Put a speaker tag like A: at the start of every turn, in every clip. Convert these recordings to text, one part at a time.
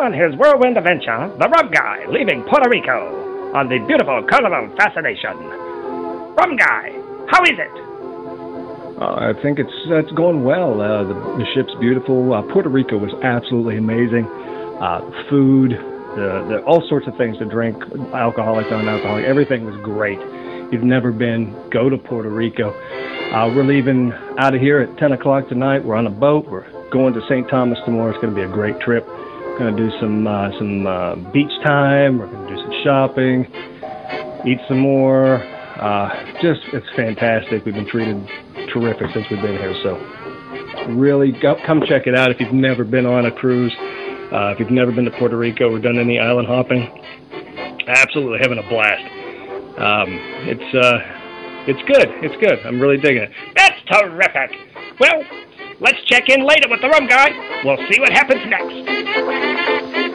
A: on his whirlwind adventure, the Rum Guy leaving Puerto Rico on the beautiful Carnival Fascination. Rum Guy, how is it?
B: Uh, I think it's it's going well. Uh, the, the ship's beautiful. Uh, Puerto Rico was absolutely amazing. Uh, food, the, the all sorts of things to drink, alcoholic, non-alcoholic, everything was great. If You've never been, go to Puerto Rico. Uh, we're leaving out of here at 10 o'clock tonight. We're on a boat. We're going to St. Thomas tomorrow. It's going to be a great trip. We're going to do some uh, some uh, beach time. We're going to do some shopping, eat some more. Uh, just it's fantastic. We've been treated terrific since we've been here. So really go, come check it out if you've never been on a cruise, uh, if you've never been to Puerto Rico or done any island hopping. Absolutely having a blast. Um, it's uh, it's good. It's good. I'm really digging it.
A: That's terrific. Well, let's check in later with the Rum Guy. We'll see what happens next.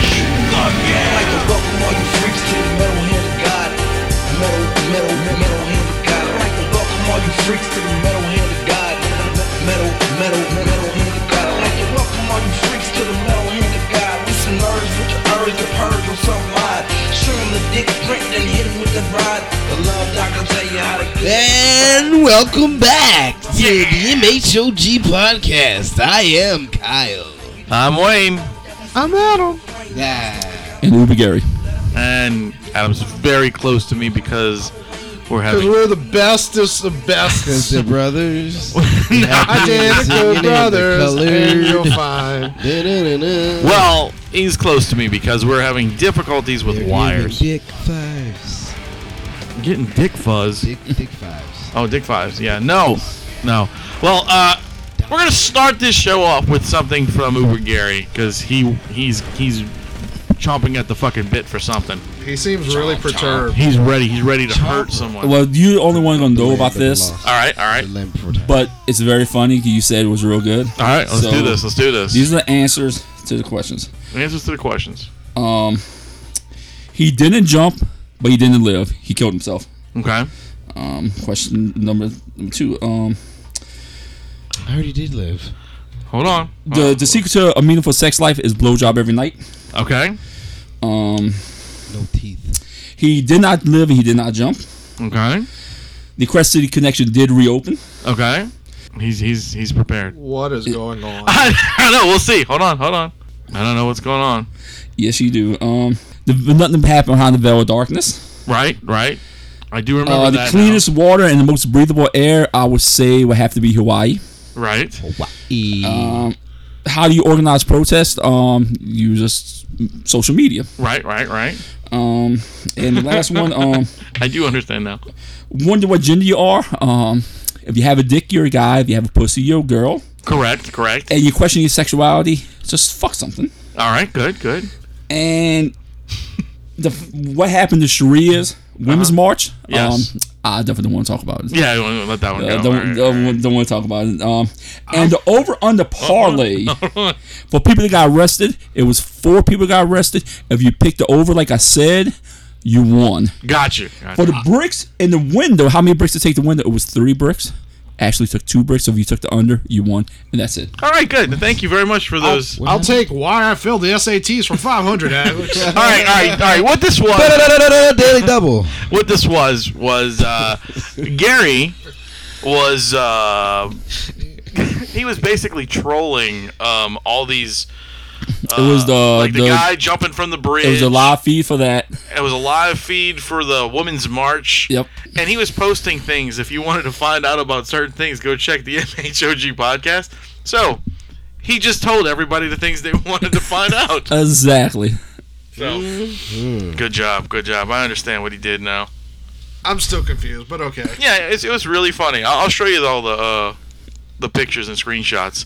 C: Like to welcome all you freaks to the metal hand of God. Metal, metal, metal hand of God. I'd like to welcome all you freaks to the metal hand of God. Metal, metal, metal hand of God. I'd like to welcome all you freaks to the metal hand of God. We some nerds with your urge to purge on some ride. Shoot 'em the dick print, then hit 'em with the rod. The love doctor tell you how to get
D: And welcome back to the MHOG podcast. I am Kyle.
E: I'm Wayne.
D: I'm Adam. Yeah.
F: And Ruby Gary.
E: And Adam's very close to me because we're
F: Because
E: having.
F: we're the bestest of
G: Cause
F: best.
G: the brothers,
F: Identical brothers, and you'll find.
G: well,
E: Well, he's close to me because we're having difficulties with wires.
G: Dick fives,
E: Getting dick fuzz.
G: dick, dick fives.
E: Oh, Dick Fives. Yeah, no, no. Well, uh, we're gonna start this show off with something from Uber Gary because he he's he's chomping at the fucking bit for something.
F: He seems really perturbed.
E: He's ready. He's ready to hurt someone. All
H: Well, you're the only one gonna know about this,
E: right, all right, all
G: Limp for time.
H: but it's very funny. You said it was real good.
E: right. Let's
H: So,
E: do this. Let's do this.
H: These are the answers to the questions.
E: Answers to the questions.
H: Um, he didn't jump, but he didn't live. He killed himself.
E: Okay.
H: Um, question number number two. Um,
G: I already did live.
E: Hold on.
H: the the secret to a meaningful sex life is blowjob every night.
E: Okay.
H: Um,
G: No teeth.
H: he did not live. and He did not jump.
E: Okay.
H: The Crest City connection did reopen.
E: Okay. He's he's he's prepared.
F: What is going on?
E: I don't know. We'll see. Hold on. Hold on. I don't know what's going on.
H: Yes, you do. Um, the, nothing happened behind the veil of darkness.
E: Right. Right. I do remember
H: Uh, the
E: that. now.
H: cleanest water and the most breathable air, I would say, would have to be Hawaii.
E: Right.
G: E.
H: Um, how do you organize protests? Um, you just social media.
E: Right. Right. Right.
H: Um, and the last one, um,
E: I do understand now.
H: wonder what gender you are. Um, if you have a dick, you're a guy. If you have a pussy, you're a girl.
E: Correct, correct.
H: And you question your sexuality, just fuck something.
E: All right, good, good.
H: And the what happened to Sharia's Women's March?
E: Yes.
H: Um, I definitely want to talk about it.
E: Yeah, I don't wanna let that one
H: Uh,
E: go.
H: don't,
E: All right, all
H: don't,
E: right.
H: don't want to talk about it. Um, and the over under parlay for people that got arrested, it was four people got arrested. If you picked the over, like I said, you won.
E: Got you. got
H: For
E: you.
H: the bricks in the window, how many bricks to take the window? It was three bricks. Actually, took two bricks. So if you took the under, you won, and that's it.
E: All right, good. Thank you very much for those. All
F: I'll take why I failed the SATs from 500. Alex.
E: right, all right, all right. What this was,
G: Daily double.
E: what this was, was uh, Gary was uh, he was basically trolling um, all these
H: It was the
E: like the,
H: the-
E: guy jumping from the bridge.
H: It was a live feed for that.
E: It was a live feed for the Women's March.
H: Yep.
E: And he was posting things. If you wanted to find out about certain things, go check the MHOG podcast. So he just told everybody the things they wanted to find out.
H: Exactly.
E: So good job, good job. I understand what he did now.
F: I'm still confused, but okay.
E: Yeah, it's, it was really funny. I'll, I'll show you all the uh, the pictures and screenshots.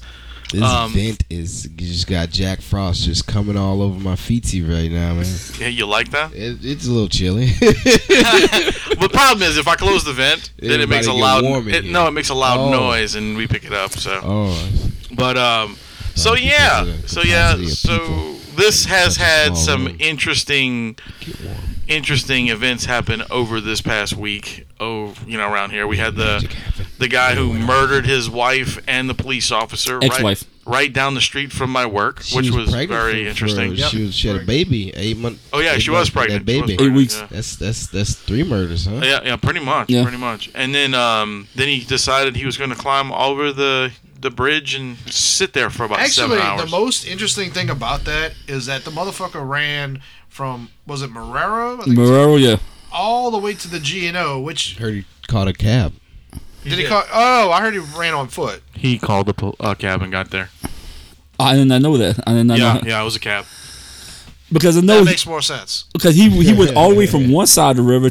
I: This
E: Um,
I: vent is you just got Jack Frost just coming all over my feety right now, man.
E: Yeah, you like that?
I: It, it's a little chilly.
E: the problem is if I close the vent, then it
I: Everybody
E: makes a
I: get
E: loud
I: warm in
E: it,
I: here.
E: no, it makes a loud
I: Oh.
E: noise and we pick it up. So,
I: oh,
E: but um, so
I: Sorry, people
E: yeah,
I: are the
E: so yeah,
I: capacity of
E: so
I: people.
E: this has
I: Such a
E: had
I: small
E: some
I: room.
E: interesting, interesting events happen over this past week. Oh, you know, around here we had the
I: magic happened.
E: the guy who murdered his wife and the police officer
H: Ex-wife.
E: right right down the street from my work,
I: She
E: which was,
I: pregnant
E: very
I: for-
E: interesting.
I: for- She, was, she had a baby, eight month.
E: Oh yeah,
I: eight
E: she was
I: months with
E: pregnant.
I: That
E: She was
I: baby.
E: pregnant,
H: weeks.
E: yeah.
I: That's that's that's three murders, huh?
E: Yeah, yeah, pretty much,
H: Yeah.
E: pretty much. And then, um, then he decided he was going to climb over the the bridge and sit there for about
F: Actually,
E: seven hours.
F: the most interesting thing about that is that the motherfucker ran from was it Marrero I think it's-
H: Marrero, yeah.
F: all the way to the G and O. Which
I: Heard he caught a cab.
F: did he call? Oh, I heard he ran on foot.
E: he called the pol- uh, cab and got there.
H: I did not know that. I did not
E: yeah,
H: know
E: yeah, it was a cab.
H: because I
I: Oh,
F: That
H: know
F: makes more sense.
H: because he he went all the way from one side of the river,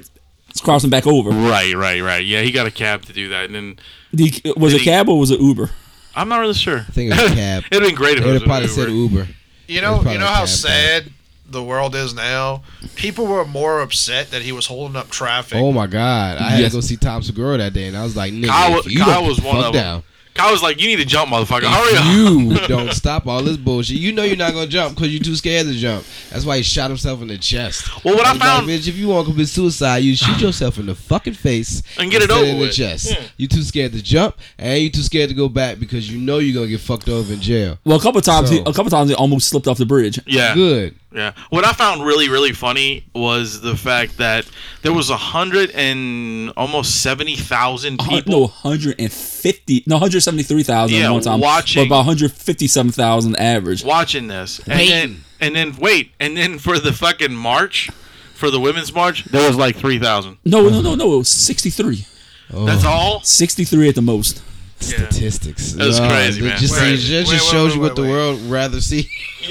H: crossing back over.
E: Right, right, right. Yeah, he got a cab to do that. And then
H: The, was it
E: he-
H: cab or was it Uber?
E: I'm not really sure. I
I: think it was a cab.
E: It'd been great if
I: They
E: it
I: would
E: was
I: have probably said
E: Uber.
I: Uber.
F: You know,
I: probably
F: you know how
I: a cab,
F: sad the world is now. People were more upset that he was holding up traffic.
I: Oh my God! I had
H: Yes.
I: to go see Tom Segura that day, and I was like, "Nigga,
E: Kyle,
I: if you
E: Kyle
I: don't
E: was
I: get the
E: one
I: fuck
E: of
I: down,
E: them. Kyle was like, "You need to jump, motherfucker! Hurry up!"
I: you don't stop all this bullshit. You know you're not gonna jump because you're too scared to jump. That's why he shot himself in the chest.
E: Well, what I
I: was
E: found-
I: like, bitch, if you want to commit suicide, you shoot yourself in the fucking face
E: And get it
I: instead
E: over
I: in the
E: with.
I: chest.
E: Yeah.
I: You too scared to jump, and you too scared to go back because you know you're gonna get fucked over in jail.
H: Well, a couple times he,
I: So-
H: a couple times he almost slipped off the bridge.
E: yeah,
I: Good.
E: Yeah. What I found really, really funny was the fact that there was a hundred and almost seventy thousand
H: Hun-
E: people.
H: No, 150, no, 173,000
E: Yeah,
H: one time.
E: watching-
H: But about 157,000 average.
E: watching this, and then and then wait, and then for the fucking march, for the women's march, there was like three thousand.
H: No, no, no, no. It was 63.
E: That's all.
H: 63 at the most.
I: Statistics.
E: That's crazy,
I: it
E: man.
I: Just,
E: Wait,
I: it just,
F: wait,
I: just
F: wait,
I: shows
F: wait,
I: you what
F: wait,
I: the
F: wait.
I: world rather see.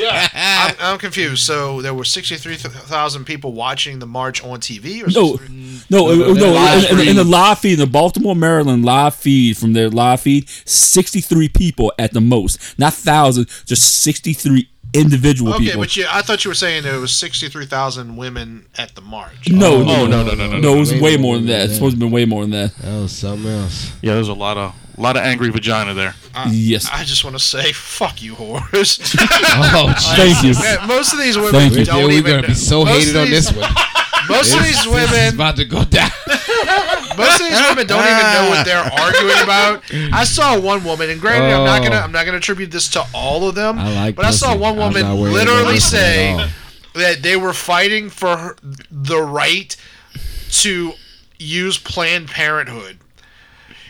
F: I'm, I'm confused. So there were 63,000 people watching the march on TV? Or
H: No,
F: 63
H: no, it- no.
I: live
H: in, in- in the
I: feed.
H: live feed, the Baltimore, Maryland live feed from their live feed, 63 people at the most. Not thousand, just 63 individual
F: Okay,
H: people.
F: but you, I thought you were saying there was 63,000 women at the march.
H: no,
E: Oh,
H: no, no,
E: no, no, no, no.
H: no. It was
I: Way
H: way
I: more
H: more
I: than
H: than that. It's
I: that.
H: supposed to be way more than that.
I: That was something else.
E: Yeah, there's a lot of a lot of angry vagina there.
H: yes.
F: I just want to say, fuck you, whores.
I: Oh,
H: Thank you.
F: Man, most of these women
H: Thank you.
F: don't
I: we're
F: even.
I: gonna be so
F: most
I: hated
F: of
I: on
F: these-
I: this one.
F: Most of these
I: This is
F: women,
I: about to go down.
F: most of these women don't even know what they're arguing about. I saw one woman, and granted, I'm not gonna,
I: Oh.
F: I'm not gonna attribute this to all of them.
I: I like
F: but I saw
I: pussy.
F: one
I: I'm not
F: woman
I: worried about
F: literally
I: pussy at
F: say
I: all.
F: that they were fighting for her- the right to use Planned Parenthood.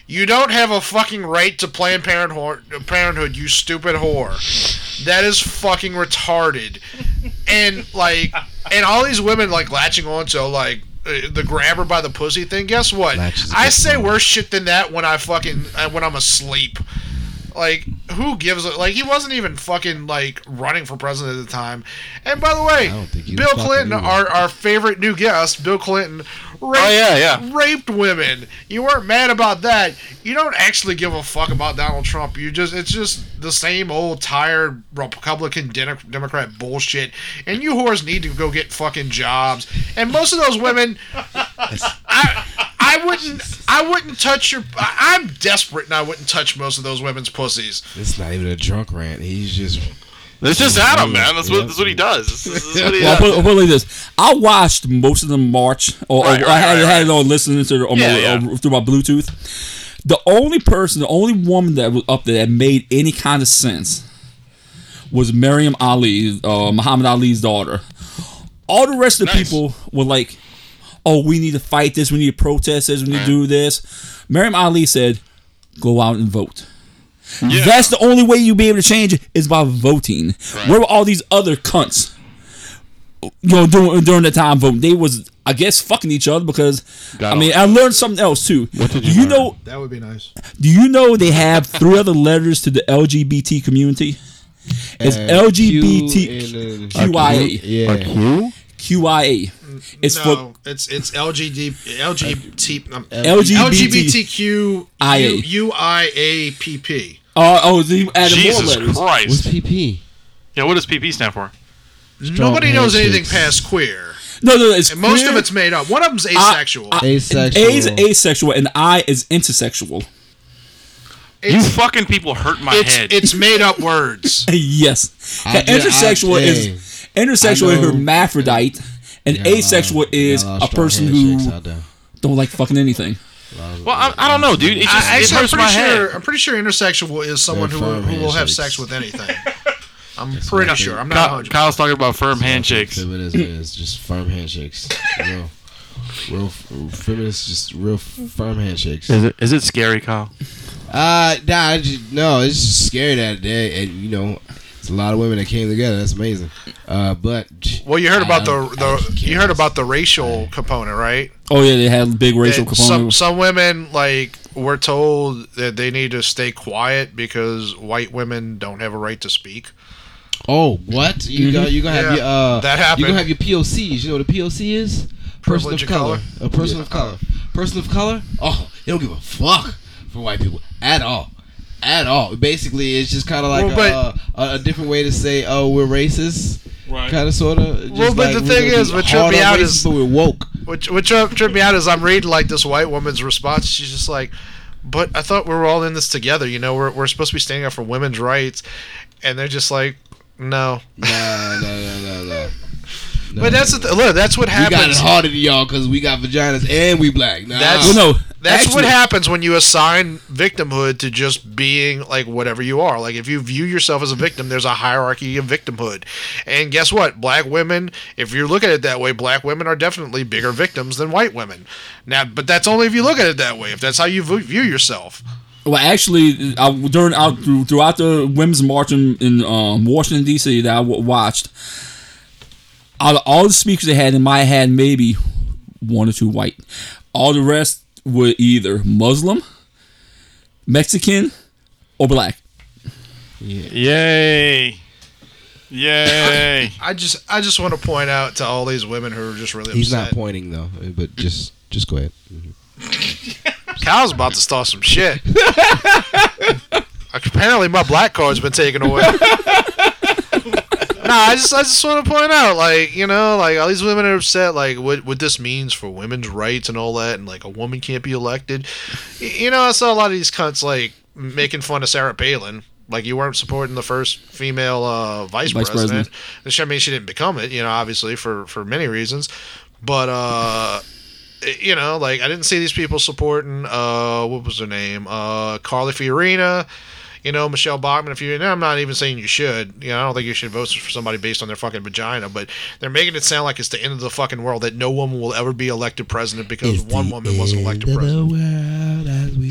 F: You don't have a fucking right to Planned Parenthood, Parenthood, you stupid whore. That is fucking retarded. And like, and all these women like latching on to like uh, the grabber by the pussy thing. Guess what?
I: Latch is a
F: I
I: good
F: say
I: word.
F: worse shit than that when I fucking uh, when I'm asleep. Like, who gives a like? He wasn't even fucking like running for president at the time. And by the way,
I: don't think he was
F: Bill
I: fucking
F: Clinton,
I: either.
F: our our favorite new guest, Bill Clinton, raped,
E: yeah, Oh, yeah.
F: raped women. You weren't mad about that. You don't actually give a fuck about Donald Trump. You just it's just the same old tired Republican Den- Democrat bullshit. And you whores need to go get fucking jobs. And most of those women. I I wouldn't I wouldn't touch your I, I'm desperate and I wouldn't touch most of those women's pussies.
I: It's not even a drunk rant. He's just
E: That's just Adam, man. That's what that's what he does. This is, this is what he
H: Well, I'll
E: does.
H: put, I'll put it like this. I watched most of them march, or, or
E: Right, right,
H: I had,
E: right,
H: had it on listening to on my,
E: Yeah, yeah.
H: uh, through my Bluetooth. The only person, the only woman that was up there that made any kind of sense was Miriam Ali, uh, Muhammad Ali's daughter. All the rest of the
E: Nice.
H: people were like, "Oh, we need to fight this. We need to protest this. We need to do this." Miriam Ali said, "Go out and vote."
E: Yeah.
H: That's the only way you be able to change it is by voting. Where were all these other cunts? You know, during during the time voting, they was I guess fucking each other because
E: Got
H: I mean
E: it.
H: I learned something else too. What
E: did you
H: do you
E: learn?
H: know?
I: That would be nice.
H: Do you know they have three other letters to the LGBT community? It's
I: Uh, Q and, uh,
H: LGBTQIA.
I: Yeah.
E: Q?
H: uh, QIA. It's
F: no, it's it's LGD, LGBT, um,
H: for LGBT.
F: LGBTQ
H: IA.
F: UIAPP.
H: Uh, oh, they added more
E: Jesus
H: letters.
E: Christ.
I: What's PP?
E: Yeah, what does PP stand for?
F: Nobody knows anything
I: handshakes.
F: past queer,
H: No, no, it's
F: and most of
H: queer.
F: it's made up. One of them's asexual.
H: I-
I: Asexual.
H: A is asexual and I is intersexual.
E: You
F: it's,
E: fucking people hurt my
F: it's
E: head.
F: it's made up words.
H: yes.
I: I ju- I-
H: intersexual
I: hey,
H: is intersexual
I: I
H: is
I: know-
H: hermaphrodite and
I: Got a lot of-
H: asexual is
I: got
H: a
I: lot of strong
H: person
I: handshakes
H: who
I: out there.
H: don't like fucking anything.
E: well, I, I don't know, dude. It just
F: I,
E: it
F: actually, I'm
E: hurts
F: pretty
E: my
F: sure.
E: head.
F: I'm pretty sure intersexual is someone who,
I: firm
F: who will have
I: handshakes.
F: sex with anything. I'm pretty sure. I'm not.
E: Kyle,
F: 100.
E: Kyle's talking about firm handshakes.
I: Feminism is just firm handshakes. Real, real feminists, just real firm handshakes.
E: Is it is it scary, Kyle?
I: Uh, nah, I ju- no, it's just scary that day, and you know, it's a lot of women that came together. That's amazing. Uh, but
F: Well, you heard about
I: I
F: the
I: don't- I
F: the
I: don't care.
F: you heard about the racial component, right?
H: Oh yeah, they had big racial
F: That some
H: component.
F: some women like were told that they need to stay quiet because white women don't have a right to speak.
I: Oh, what you go? You gonna have
F: Yeah,
I: your uh?
F: that
I: You
F: happened.
I: gonna have your POCs? You know what a POC is? Person
F: Privilege
I: of
F: of
I: color.
F: color.
I: A person of color. Person of color. Oh, they don't give a fuck for white people at all. At all. Basically, it's just kind of like
F: Well,
I: a-
F: but-
I: a, a, different way to say, oh, we're racist.
E: Right.
I: Kind of, sort of.
F: Well, but the thing is, what tripped me out is-
I: but we're woke.
F: Which which uh, tripped me out is I'm reading like this white woman's response. She's just like, "But I thought we were all in this together. You know, we're we're supposed to be standing up for women's rights," and they're just like, "No."
I: Nah, nah, nah, nah, nah.
F: But that's the th- look. That's what
I: We got it
F: happens.
I: harder than y'all because we got vaginas and we black. Nah.
F: That's-
H: Well, no,
F: That's
H: actually,
F: what happens when you assign victimhood to just being like whatever you are. Like if you view yourself as a victim, there's a hierarchy of victimhood. And guess what? Black women, if you look at it that way, black women are definitely bigger victims than white women. Now, but that's only if you look at it that way. If that's how you vo- view yourself.
H: Well, actually, I, during out through, throughout the women's march in, in um, Washington D.C. that I w- watched, out of all the speakers they had in my had maybe one or two white. All the rest were either Muslim, Mexican, or black.
E: Yay. Yay.
F: I just I just want to point out to all these women who are just really
I: He's not
F: upset.
I: pointing though, but just just go ahead.
F: Kyle's about to start some shit. Apparently, my black card's been taken away. nah, I just I just want to point out, like you know, like all these women are upset, like what what this means for women's rights and all that, and like a woman can't be elected. Y- You know, I saw a lot of these cunts like making fun of Sarah Palin. Like you weren't supporting the first female uh, vice,
H: Vice
F: president.
H: president.
F: Which, I mean, she didn't become it, you know, obviously for for many reasons. But uh, you know, like I didn't see these people supporting uh what was her name? Uh Carly Fiorina, you know, Michelle Bachman. If you and I'm not even saying you should. You know, I don't think you should vote for somebody based on their fucking vagina, but they're making it sound like it's the end of the fucking world that no woman will ever be elected president because one woman wasn't elected president.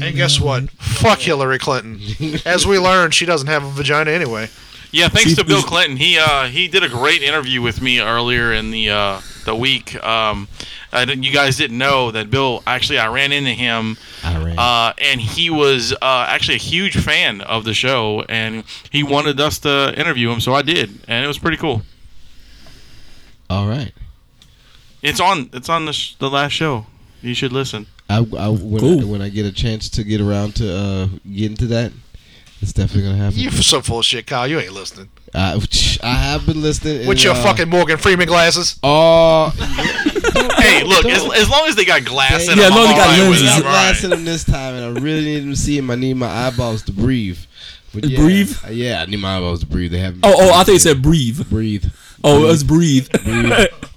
F: And guess what? Fuck Hillary Clinton. As we learned, she doesn't have a vagina anyway.
E: Yeah, thanks
H: See,
E: to Bill
H: this-
E: Clinton. He uh, he did a great interview with me earlier in the uh, the week. Um, I didn't- you guys didn't know that Bill actually I ran into him,
I: Iran.
E: uh, and he was uh, actually a huge fan of the show, and he wanted us to interview him, so I did, and it was pretty cool.
F: Uh,
I: All right.
E: It's on it's on the sh- the last show. You should listen.
I: I, I when,
H: Cool.
I: I when I get a chance to get around to uh, get into that, it's definitely gonna happen.
F: You so full of shit, Kyle. You ain't listening.
I: I, I have been listening. and,
F: With your
I: uh,
F: fucking Morgan Freeman glasses.
I: Oh,
E: Hey, look, as, as long as they got glass in
I: Yeah,
E: them,
H: as long
E: I'm
H: as they got
E: alright with
H: lenses.
E: it.
I: he's
E: I'm
I: the
E: alright.
I: last of them this time, and I really need them to see him. I need my eyeballs to breathe. But yeah, uh,
H: Breathe?
I: Yeah, I need my eyeballs to breathe. They haven't.
H: Oh, oh, I think it said breathe.
I: breathe,
H: Oh, let's breathe.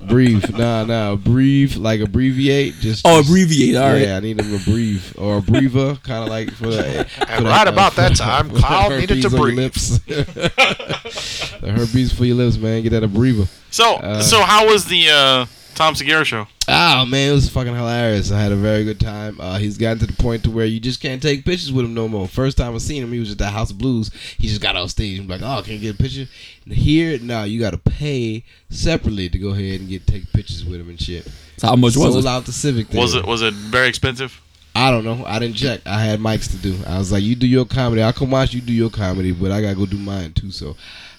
I: breathe. nah, nah, breathe. Like abbreviate. Just
H: oh,
I: just-
H: abbreviate. All right.
I: Yeah, I need him to breathe or a breather, kind of like for the.
F: And right about that time, Kyle needed to breathe.
I: Lips. the herpes for your lips, man. Get that a breather.
E: So so how was the uh, Tom Segura show.
I: Oh man, it was fucking hilarious. I had a very good time. Uh, he's gotten to the point to where you just can't take pictures with him no more. First time I seen him, he was at the House of Blues. He just got off stage and be like, "Oh, can you get a picture?" And here, now you got to pay separately to go ahead and get take pictures with him and shit.
H: So how much
I: Sold
H: was it?
I: out the Civic. Thing.
E: Was it was it very expensive?
I: I don't know. I didn't check. I had mics to do. I was like, "You do your comedy. I'll come watch you do your comedy, but I gotta go do mine too." So.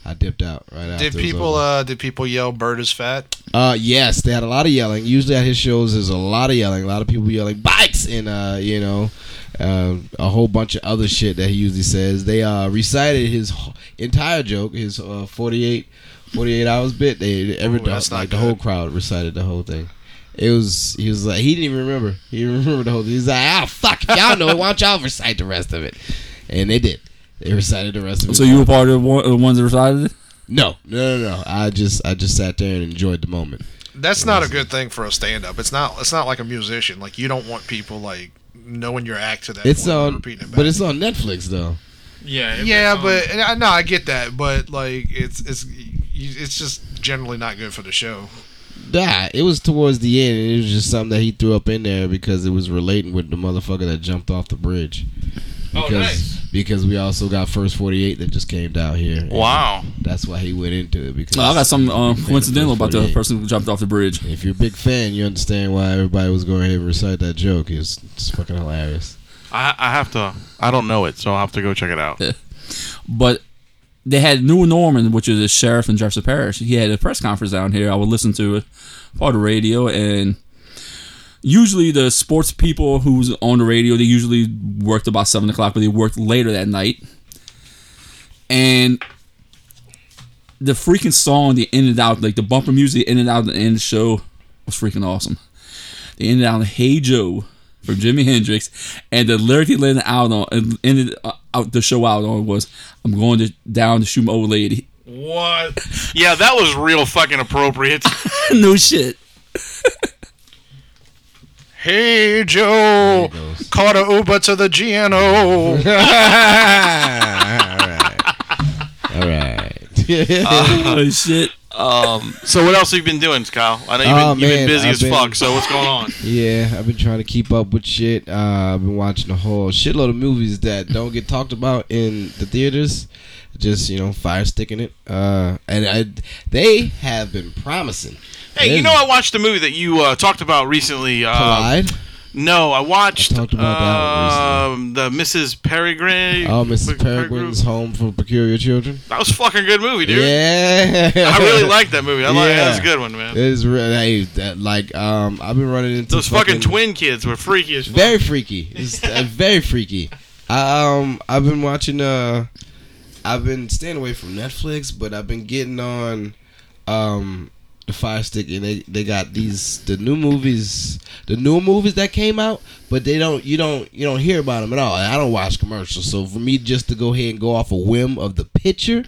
I: I dipped out right after.
F: Did
I: it was
F: people
I: over.
F: uh did people yell bird is fat?
I: Uh, yes, they had a lot of yelling. Usually at his shows, there's a lot of yelling. A lot of people yelling bikes and uh, you know, uh, a whole bunch of other shit that he usually says. They uh recited his wh- entire joke, his uh, 48, 48 hours bit. They every
F: Ooh, that's not
I: like the whole
F: good.
I: crowd recited the whole thing. It was he was like he didn't even remember. He didn't remember the whole thing. He's like, ah, fuck, it. y'all know it. Why don't y'all recite the rest of it? And they did. They recited the rest of it.
H: So you were part of one, the ones that recited it?
I: No, no, no, no. I just I just sat there and enjoyed the moment.
F: That's not a good thing for a stand up. It's not it's not like a musician. Like you don't want people like knowing your act to that
I: It's
F: point and
I: on,
F: repeating it back.
I: but it's on Netflix though.
J: Yeah. if
F: yeah, um,
J: it's on-
F: but and I- no, I get that, but like it's it's you- it's just generally not good for the show.
I: Nah, it was towards the end. And it was just something that he threw up in there because it was relating with the motherfucker that jumped off the bridge.
J: Oh,
I: Because,
J: nice.
I: Because we also got first forty eight that just came down here. And
E: Wow.
I: That's why he went into it because
H: No, I got something um, coincidental about the
I: 48.
H: person who jumped off the bridge.
I: If you're a big fan, you understand why everybody was going ahead and recite that joke. It's it's fucking hilarious.
E: I I have to. I don't know it, so I'll have to go check it out.
H: But they had New Norman, which is a sheriff in Jefferson Parish. He had a press conference down here. I would listen to it on the radio, and usually the sports people who's on the radio, they usually worked about seven o'clock, but they worked later that night. And the freaking song they ended out like the bumper music they ended out at the end of the show was freaking awesome. They ended out on "Hey Joe" from Jimi Hendrix, and the lyric they landed out on and ended uh, out the show out on was "I'm going to down to shoot my old lady."
J: What?
E: Yeah, that was real fucking appropriate.
H: no shit.
F: Hey Joe, caught a Uber to the GNO.
I: All right.
H: Oh shit.
E: Um, so what else have you been doing, Kyle? I know you've been,
I: Oh,
E: you've been
I: man,
E: busy
I: I've
E: as
I: been-
E: fuck. So what's going on?
I: Yeah, I've been trying to keep up with shit. Uh, I've been watching a whole shitload of movies that don't get talked about in the theaters. Just you know, fire sticking it. Uh, and I, they have been promising.
E: Hey, you know I watched a movie that you uh, talked about recently. Uh,
I: Collide.
E: No, I watched
I: I talked about that
E: um, the Mrs. Peregrine.
I: oh, Mrs.
E: Pe-
I: Peregrine's Home for Peculiar Children.
E: That was a fucking good movie, dude.
I: Yeah,
E: I really liked that movie. I like that was a
I: Yeah.
E: good one, man.
I: It's really that like um, I've been running into
E: Those fucking, twin kids were freaky as fuck.
I: Very freaky. It's uh, very freaky. I, um, I've been watching. Uh, I've been staying away from Netflix, but I've been getting on um, the Fire Stick, and they, they got these the new movies, the new movies that came out, but they don't you don't you don't hear about them at all. And I don't watch commercials, so for me just to go ahead and go off a whim of the picture,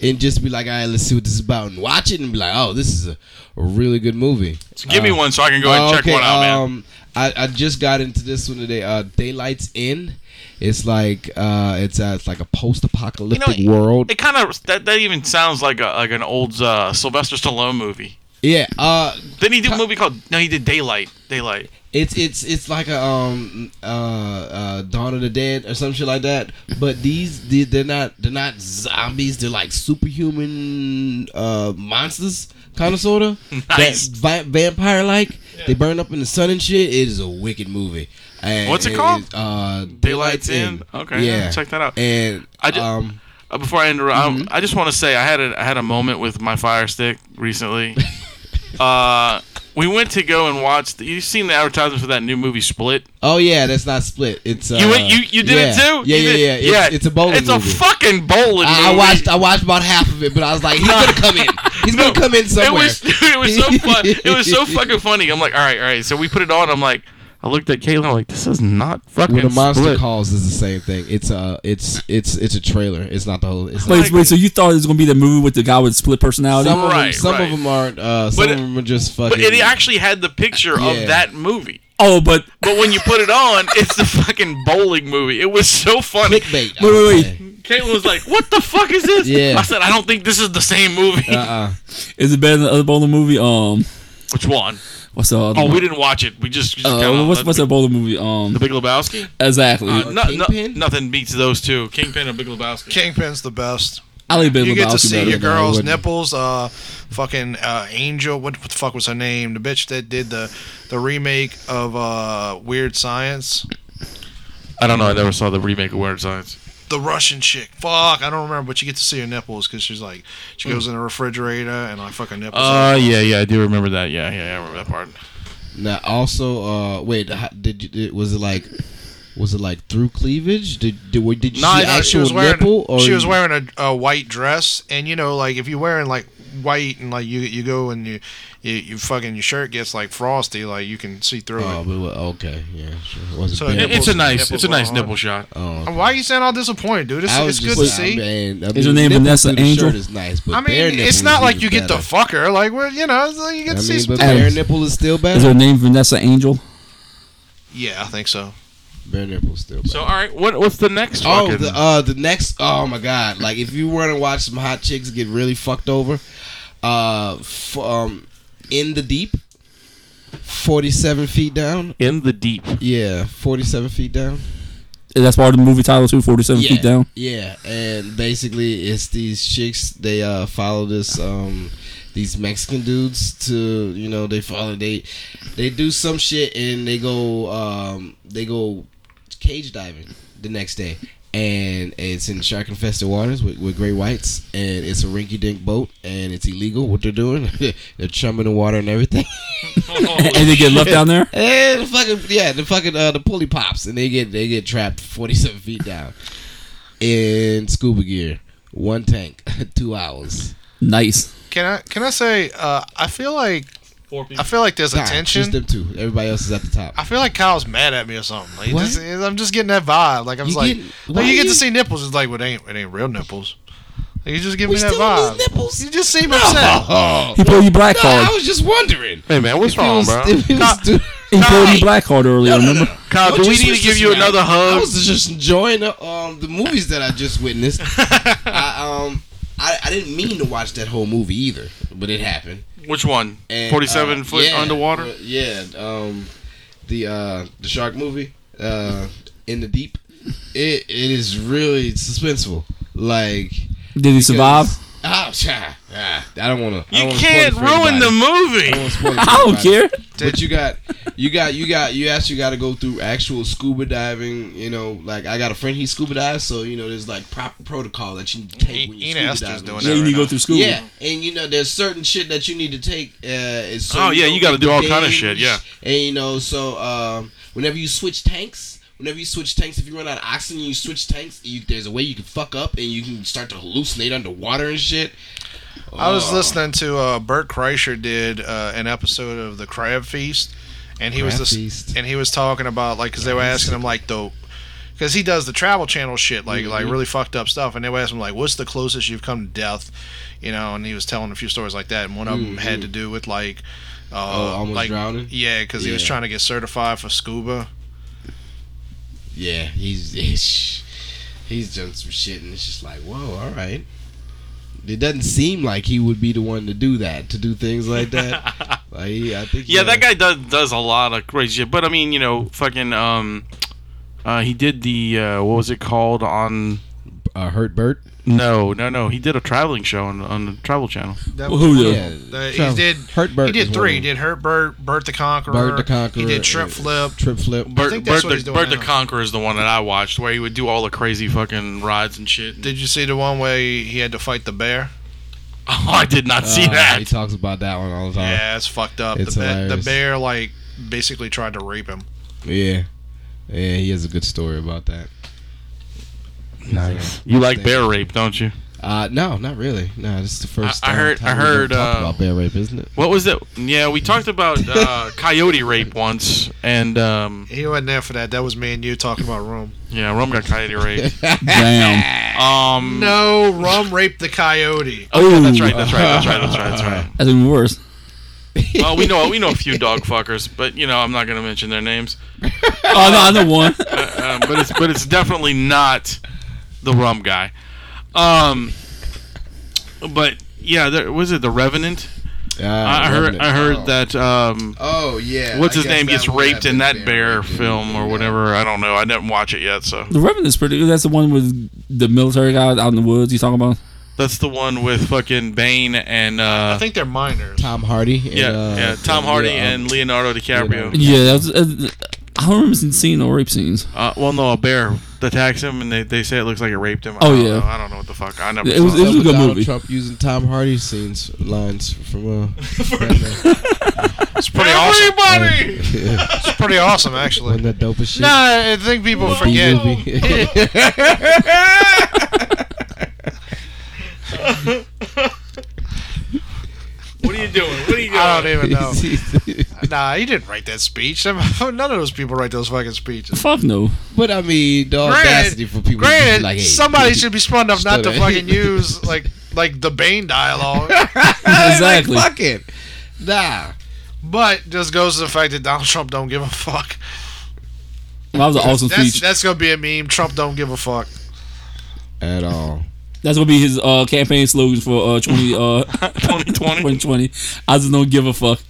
I: and just be like, all right, let's see what this is about, and watch it, and be like, oh, this is a, a really good movie.
E: Give me one so I can go ahead and check
I: Uh, Okay,
E: one out, man.
I: Um, I, I just got into this one today. Uh, Daylight's In. It's like uh, it's uh, it's like a post-apocalyptic
E: You know,
I: world.
E: it kind of that, that even sounds like a like an old uh, Sylvester Stallone movie.
I: yeah, uh,
E: Didn't he do a movie called? No, he did Daylight. Daylight.
I: it's it's it's like a um uh, uh Dawn of the Dead or some shit like that. But these they, they're not they're not zombies. They're like superhuman uh monsters, kind of sorta.
E: Nice.
I: That vi- vampire like. They burn up in the sun and shit. It is a wicked movie. And-
E: What's it
I: and
E: called?
I: it's, uh,
E: Daylight's In? Okay, yeah, check that out.
I: And
E: I ju-
I: um,
E: Uh, before I interrupt, um
I: Mm-hmm.
E: I just want to say I had a I had a moment with my Fire Stick recently. uh, we went to go and watch. The, you've seen the advertisement for that new movie Split.
I: oh yeah, that's not split. It's uh,
E: you went, you you did
I: yeah.
E: it too.
I: Yeah,
E: You
I: yeah,
E: did-
I: yeah. It's, it's a bowling.
E: It's
I: movie.
E: a fucking bowling.
I: I, I
E: movie.
I: watched I watched about half of it, but I was like, he's gonna come in. He's
E: No,
I: gonna come in
E: It
I: somewhere.
E: was dude, it was so fun. It was so fucking funny. I'm like, all right, all right. So we put it on. I'm like, I looked at Kayla. I'm like, this is not fucking
I: When a monster
E: Split.
I: calls is the same thing. It's uh it's it's it's a trailer. It's not the whole. It's
H: Wait,
I: not,
H: wait. So you thought it was gonna be the movie with the guy with split personality?
I: some of them,
E: Right,
I: some
E: right.
I: of them aren't. Uh, some
E: But it-
I: of them are just fucking.
E: But it actually had the picture
I: Yeah.
E: of that movie.
H: oh, but
E: But when you put it on, it's the fucking bowling movie. It was so funny.
I: clickbait. I
H: wait,
I: would
H: wait,
I: say.
H: wait.
E: Caitlin was like, "What the fuck is this?"
I: Yeah.
E: I Uh, said, "I don't think this is the same movie."
I: Uh-uh.
H: Is it better than the other bowling movie? Um,
E: Which one?
H: What's the other?
E: Oh,
H: one?
E: we didn't watch it. We just, just
H: Uh,
E: kinda-
H: what's what's that other movie? Um,
E: The Big Lebowski.
H: exactly.
E: Uh, no, no-
I: Kingpin?
E: nothing beats those two. Kingpin or Big Lebowski.
F: Kingpin's the best.
H: I like Big
F: you get to
H: Lebowski
F: see
H: better
F: your
H: than I
F: girl's
H: would-
F: nipples. Uh, fucking uh, Angel. What, what the fuck was her name? The bitch that did the the remake of uh, Weird Science.
E: I don't know. I never saw the remake of Weird Science.
F: The Russian chick. Fuck, I don't remember. But you get to see her nipples because she's like, she
I: Hmm.
F: goes in the refrigerator and I fucking nipples.
E: Uh, yeah, yeah, I do remember that. Yeah, yeah, yeah, I remember that part.
I: Now, also, uh, wait, how, did you? Did, was it like? Was it like through cleavage? Did did, did you
F: No,
I: see
F: no,
I: actual
F: she was wearing
I: nipple? Or
F: she was wearing a, a white dress, and you know, like if you're wearing like white and like you you go and you you, you fucking your shirt gets like frosty, like you can see through
I: Oh,
F: it.
I: but, well, okay, yeah, sure. It wasn't
F: So
I: bad.
F: it-
E: it's a nice,
F: nipples
E: it's a nice
F: were on.
E: nipple shot.
I: Oh, okay.
F: Why are you sound all disappointed, dude? It's,
I: I was
F: it's good
I: just
F: to
I: like,
F: see.
I: Man, I
H: Is her name
I: nipple
H: Vanessa
I: through the
H: Angel?
I: Shirt is nice, but
F: I
I: bare
F: mean,
I: nipple
F: it's
I: is
F: not like
I: even
F: you get to
I: better.
F: fuck her. Like, well, you know, it's like you get to
I: I
F: see.
I: mean,
F: some-
I: but bare nipple is still
H: Is her
I: better.
H: name Vanessa Angel?
F: yeah, I think so.
I: Bare nipple is still better.
E: So, all right, what what's the next?
I: Oh,
E: fucking-
I: the uh, the next. Oh my god! Like if you want to watch some hot chicks get really fucked over, uh, f- um, in the deep, forty-seven feet down.
E: in the deep.
I: Yeah, forty-seven feet down.
H: That's part of the movie title too. Forty-seven feet down.
I: Yeah, and basically it's these chicks. They uh follow this um these Mexican dudes to you know they follow they they do some shit and they go um they go cage diving the next day and it's in shark infested waters with, with gray whites and it's a rinky dink boat and it's illegal what they're doing they're chumming the water and everything
H: and and they get left down there.
I: and the fucking yeah, the fucking uh, the pulley pops, and they get they get trapped forty seven feet down in scuba gear. One tank, two hours.
H: Nice.
F: Can I can I say? Uh, I feel like I feel like there's a
I: Nah,
F: tension.
I: Just them two. Everybody else is at the top.
F: I feel like Kyle's mad at me or something. Like,
I: What?
F: this- I'm just getting that vibe. Like I was
I: You
F: like,
I: getting-
F: like,
I: why
F: you get
I: you-
F: to see nipples. It's like, well, it ain't it ain't real nipples. Like, you just give
I: We
F: me that
I: still
F: vibe.
I: need nipples?
F: You just seem upset.
I: Oh,
H: He pulled you black
I: no,
H: card.
I: I was just wondering.
E: Hey man, what's wrong, bro?
I: If it was dude-
H: He pulled you black card earlier. remember?
E: Kyle,
I: Don't
E: do we
I: you
E: need
I: switch
E: to give
I: this
E: you
I: around.
E: another
I: I
E: hug?
I: was just enjoying the, um, the movies that I just witnessed. I, um, I, I didn't mean to watch that whole movie either, but it happened.
E: Which one?
I: And,
E: Forty-seven
I: uh,
E: foot
I: yeah,
E: underwater.
I: uh, yeah, um, the uh, the shark movie, uh, in the deep. It it is really suspenseful. Like
H: Did he survive?
I: Oh, yeah, yeah. I don't want to.
E: You can't ruin the movie.
H: I don't care.
I: But you got, you got, you got, you actually got to go through actual scuba diving. You know, like I got a friend he scuba dives, so you know there's like proper protocol that you take when
F: E-
I: you
F: Ena
I: scuba
F: Esther's
I: diving.
F: doing
H: Yeah, you need to go through school.
I: Yeah, and you know, there's certain shit that you need to take. Uh, is so
E: Oh, yeah,
I: don't
E: you gotta
I: get
E: do all kind of shit,
I: dinged.
E: yeah.
I: and you know, so um, whenever you switch tanks, whenever you switch tanks, if you run out of oxygen, you switch tanks. You, there's a way you can fuck up, and you can start to hallucinate underwater and shit.
F: I
I: Oh.
F: was listening to uh, Bert Kreischer did uh, an episode of the Crab Feast, and he was
I: Crab
F: this,
I: Feast.
F: and he was talking about like because they were asking him like the. Because he does the Travel Channel shit, like like
I: Mm-hmm.
F: really fucked up stuff, and they were asking him like, "What's the closest you've come to death?" You know, and he was telling a few stories like that, and one of them had to do with like, uh,
I: Mm-hmm. Oh, almost
F: like,
I: drowning?
F: Yeah, because he was
I: Yeah.
F: trying to get certified for scuba.
I: Yeah, he's he's, he's done some shit, and it's just like, whoa, all right. It doesn't seem like he would be the one to do that, to do things like that. like, he- I think he
E: Yeah,
I: had
E: that
I: a-
E: guy does does a lot of crazy shit. But I mean, you know, fucking um, uh, he did the uh, what was it called on?
I: uh, hurt Bert.
E: No, no, no. He did a traveling show on, on the Travel Channel.
F: That
H: Who
F: was-
H: the-
I: Yeah,
F: The, Uh, he
I: Travel-
F: did.
I: Hurt Bert
F: he
I: is
F: did
I: one
F: three. He
I: of
F: did Hurt Bert, Bert the Conqueror.
I: Bert the Conqueror.
F: He did Shrimp
I: uh,
F: Flip.
I: Trip Flip.
E: Bert,
F: think
E: Bert,
F: that's what he's
E: the,
F: doing
E: Bert the
F: now.
E: Conqueror is the one that I watched, where he would do all the crazy fucking rides and shit.
F: Did you see the one where he he had to fight the bear?
E: oh, I did not see
I: Uh,
E: that.
I: He talks about that one all the time.
F: yeah, it's fucked up.
I: it's
F: the, bear, the
I: hilarious.
F: bear like basically tried to rape him.
I: Yeah. yeah. he has a good story about that. Nice.
E: You like bear rape, don't you?
I: Uh, no, not really. No, this is the first.
E: I- I
I: uh,
E: heard-
I: time
E: I
I: we've ever
E: heard,
I: talked
E: uh,
I: about bear rape, isn't it?
E: What was that? Yeah, we talked about uh, coyote rape once, and um,
F: He wasn't there for that. That was me and you talking about Rome.
E: yeah, Rome got coyote raped.
H: Damn.
E: Um,
F: No, Rome raped the coyote.
E: oh, yeah, that's right, that's right, that's right, that's right, that's right.
H: That's even worse.
E: Well, we know we know a few dog fuckers, but you know I'm not gonna mention their names.
H: Oh no, I know one.
E: Uh, but it's but it's definitely not the rum guy. Um, but yeah, there, was it the Revenant? I I heard I heard that um,
I: Oh yeah.
E: what's
I: I
E: his
I: guess
E: name
I: that
E: gets
I: would
E: raped
I: have
E: in
I: been
E: that bear
I: raped in
E: film
I: there.
E: or whatever. I don't know. I didn't watch it yet, so
H: The Revenant's pretty good. That's the one with the military guy out in the woods. He's talking about.
E: that's the one with fucking Bane and
F: I
E: uh,
F: think they're minors.
I: Tom Hardy. and,
E: yeah,
I: uh,
E: yeah, Tom Hardy
I: um,
E: and Leonardo DiCaprio.
H: Yeah, that was, uh, I don't remember seeing no rape scenes.
E: Uh, well, no, a bear attacks him, and they, they say it looks like it raped him. I
H: Oh,
E: don't
H: yeah.
E: know. I don't know what the fuck. I never.
H: It
E: saw
H: was-
E: it.
H: it was- a good
I: Donald
H: movie.
I: Trump using Tom Hardy scenes lines from uh,
F: It's pretty awesome. It's pretty awesome,
I: when
F: actually.
I: that dopest shit.
F: Nah, I think people
I: B
F: forget.
I: movie.
J: What are you doing? What are you doing?
F: I don't even know. Nah, he didn't write that speech. Them- None of those people write those fucking speeches.
H: Fuck no.
I: but I mean, the audacity for people to
F: Granted,
I: be like, hey,
F: somebody should be smart enough not to
I: stutter.
F: fucking use like like the Bane dialogue.
H: Exactly.
I: fuck it. Nah.
F: But just goes to the fact that Donald Trump don't give a fuck.
H: That was an awesome
F: That's
H: speech.
F: that's gonna be a meme. Trump don't give a fuck.
I: At all.
H: That's gonna be his uh, campaign slogan for uh, 20, uh,
E: 2020.
H: 2020. I just don't give a fuck.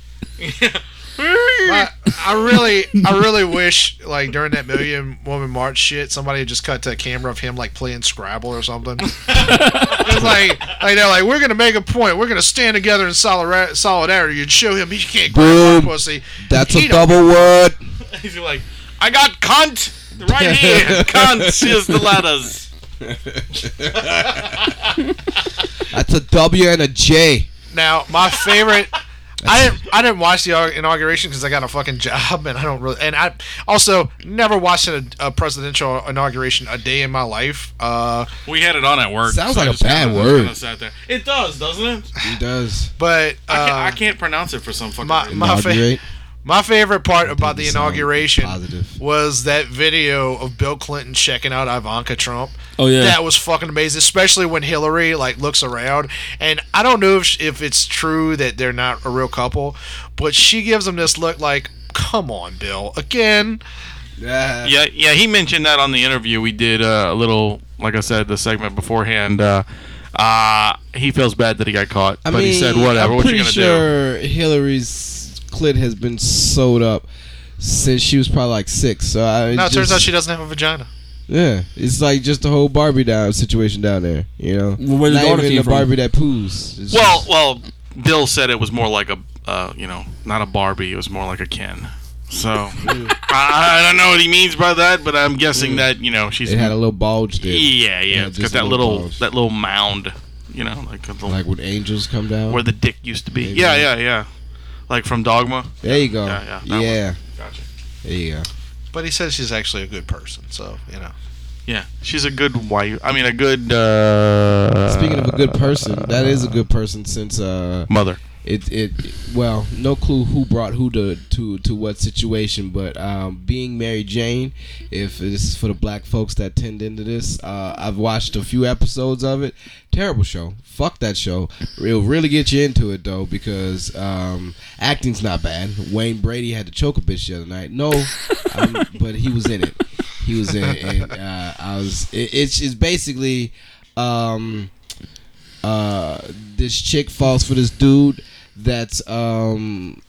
F: I, I really, I really wish like during that Million Woman March shit, somebody had just cut to a camera of him like playing Scrabble or something. it's like, like they're like, we're gonna make a point. We're gonna stand together in solidar- solidarity and show him he can't grab
I: Boom.
F: my pussy.
I: That's
F: Eat
I: a
F: 'em.
I: double word.
J: He's like,
E: I got cunt. The right hand cunt is the letters.
I: That's a W and a J.
F: Now, my favorite. I didn't. I didn't watch the au- inauguration because I got a fucking job, and I don't really. And I also never watched a, a presidential inauguration a day in my life. Uh,
E: We had it on at work.
I: Sounds
E: so
I: like
E: I
I: a
E: just
I: bad
E: kinda-
I: word.
E: kinda sat there. It does, doesn't it?
I: He does.
F: but uh,
E: I, can't, I can't pronounce it for some fucking
F: my
E: reason.
F: my, fa-
I: Inaugurate.
F: my favorite part about the
I: Doesn't sound
F: inauguration
I: positive.
F: was that video of Bill Clinton checking out Ivanka Trump.
H: Oh, yeah.
F: that was fucking amazing. Especially when Hillary like looks around, and I don't know if sh- if it's true that they're not a real couple, but she gives him this look like, "Come on, Bill, again."
I: Yeah.
E: Yeah, yeah. He mentioned that on the interview we did uh, a little, like I said, the segment beforehand. Uh, uh, he feels bad that he got caught,
I: I
E: but
I: mean,
E: he said, "Whatever.
I: I'm
E: what you
I: pretty
E: gonna do?"
I: sure Hillary's clit has been sewed up since she was probably like six. So
F: No,
I: I
F: it
I: just,
F: turns out she doesn't have a vagina.
I: Yeah, it's like just the whole Barbie down situation down there. You know,
H: Well, where the
I: not
H: daughter
I: even
H: came
I: the
H: from.
I: Barbie that poos. It's
E: Well,
I: just-
E: well, Bill said it was more like a, uh, you know, not a Barbie. It was more like a Ken. So I, I don't know what he means by that, but I'm guessing that you know she's
I: it had a little bulge there,
E: yeah,
I: Yeah,
E: yeah. It's got
I: just
E: that
I: a little
E: little
I: bulge.
E: that little mound, you know, like a little,
I: like when angels come down.
E: where the dick used to be. Yeah, yeah, yeah. Like from Dogma.
I: there you go.
E: Yeah, yeah,
I: Yeah,
E: that one. Gotcha.
I: there you go.
F: But he says she's actually a good person, so you know.
E: Yeah, she's a good wife. I mean, a good. Uh,
I: Speaking of a good person, that is a good person since uh,
E: mother.
I: it it well no clue who brought who to to, to what situation but um, being mary jane if this is for the black folks that tend into this uh, i've watched a few episodes of it terrible show fuck that show it'll really get you into it though because um, acting's not bad wayne brady had to choke a bitch the other night no um, but he was in it he was in it and uh, i was it, it's, it's basically um, uh, this chick falls for this dude that's um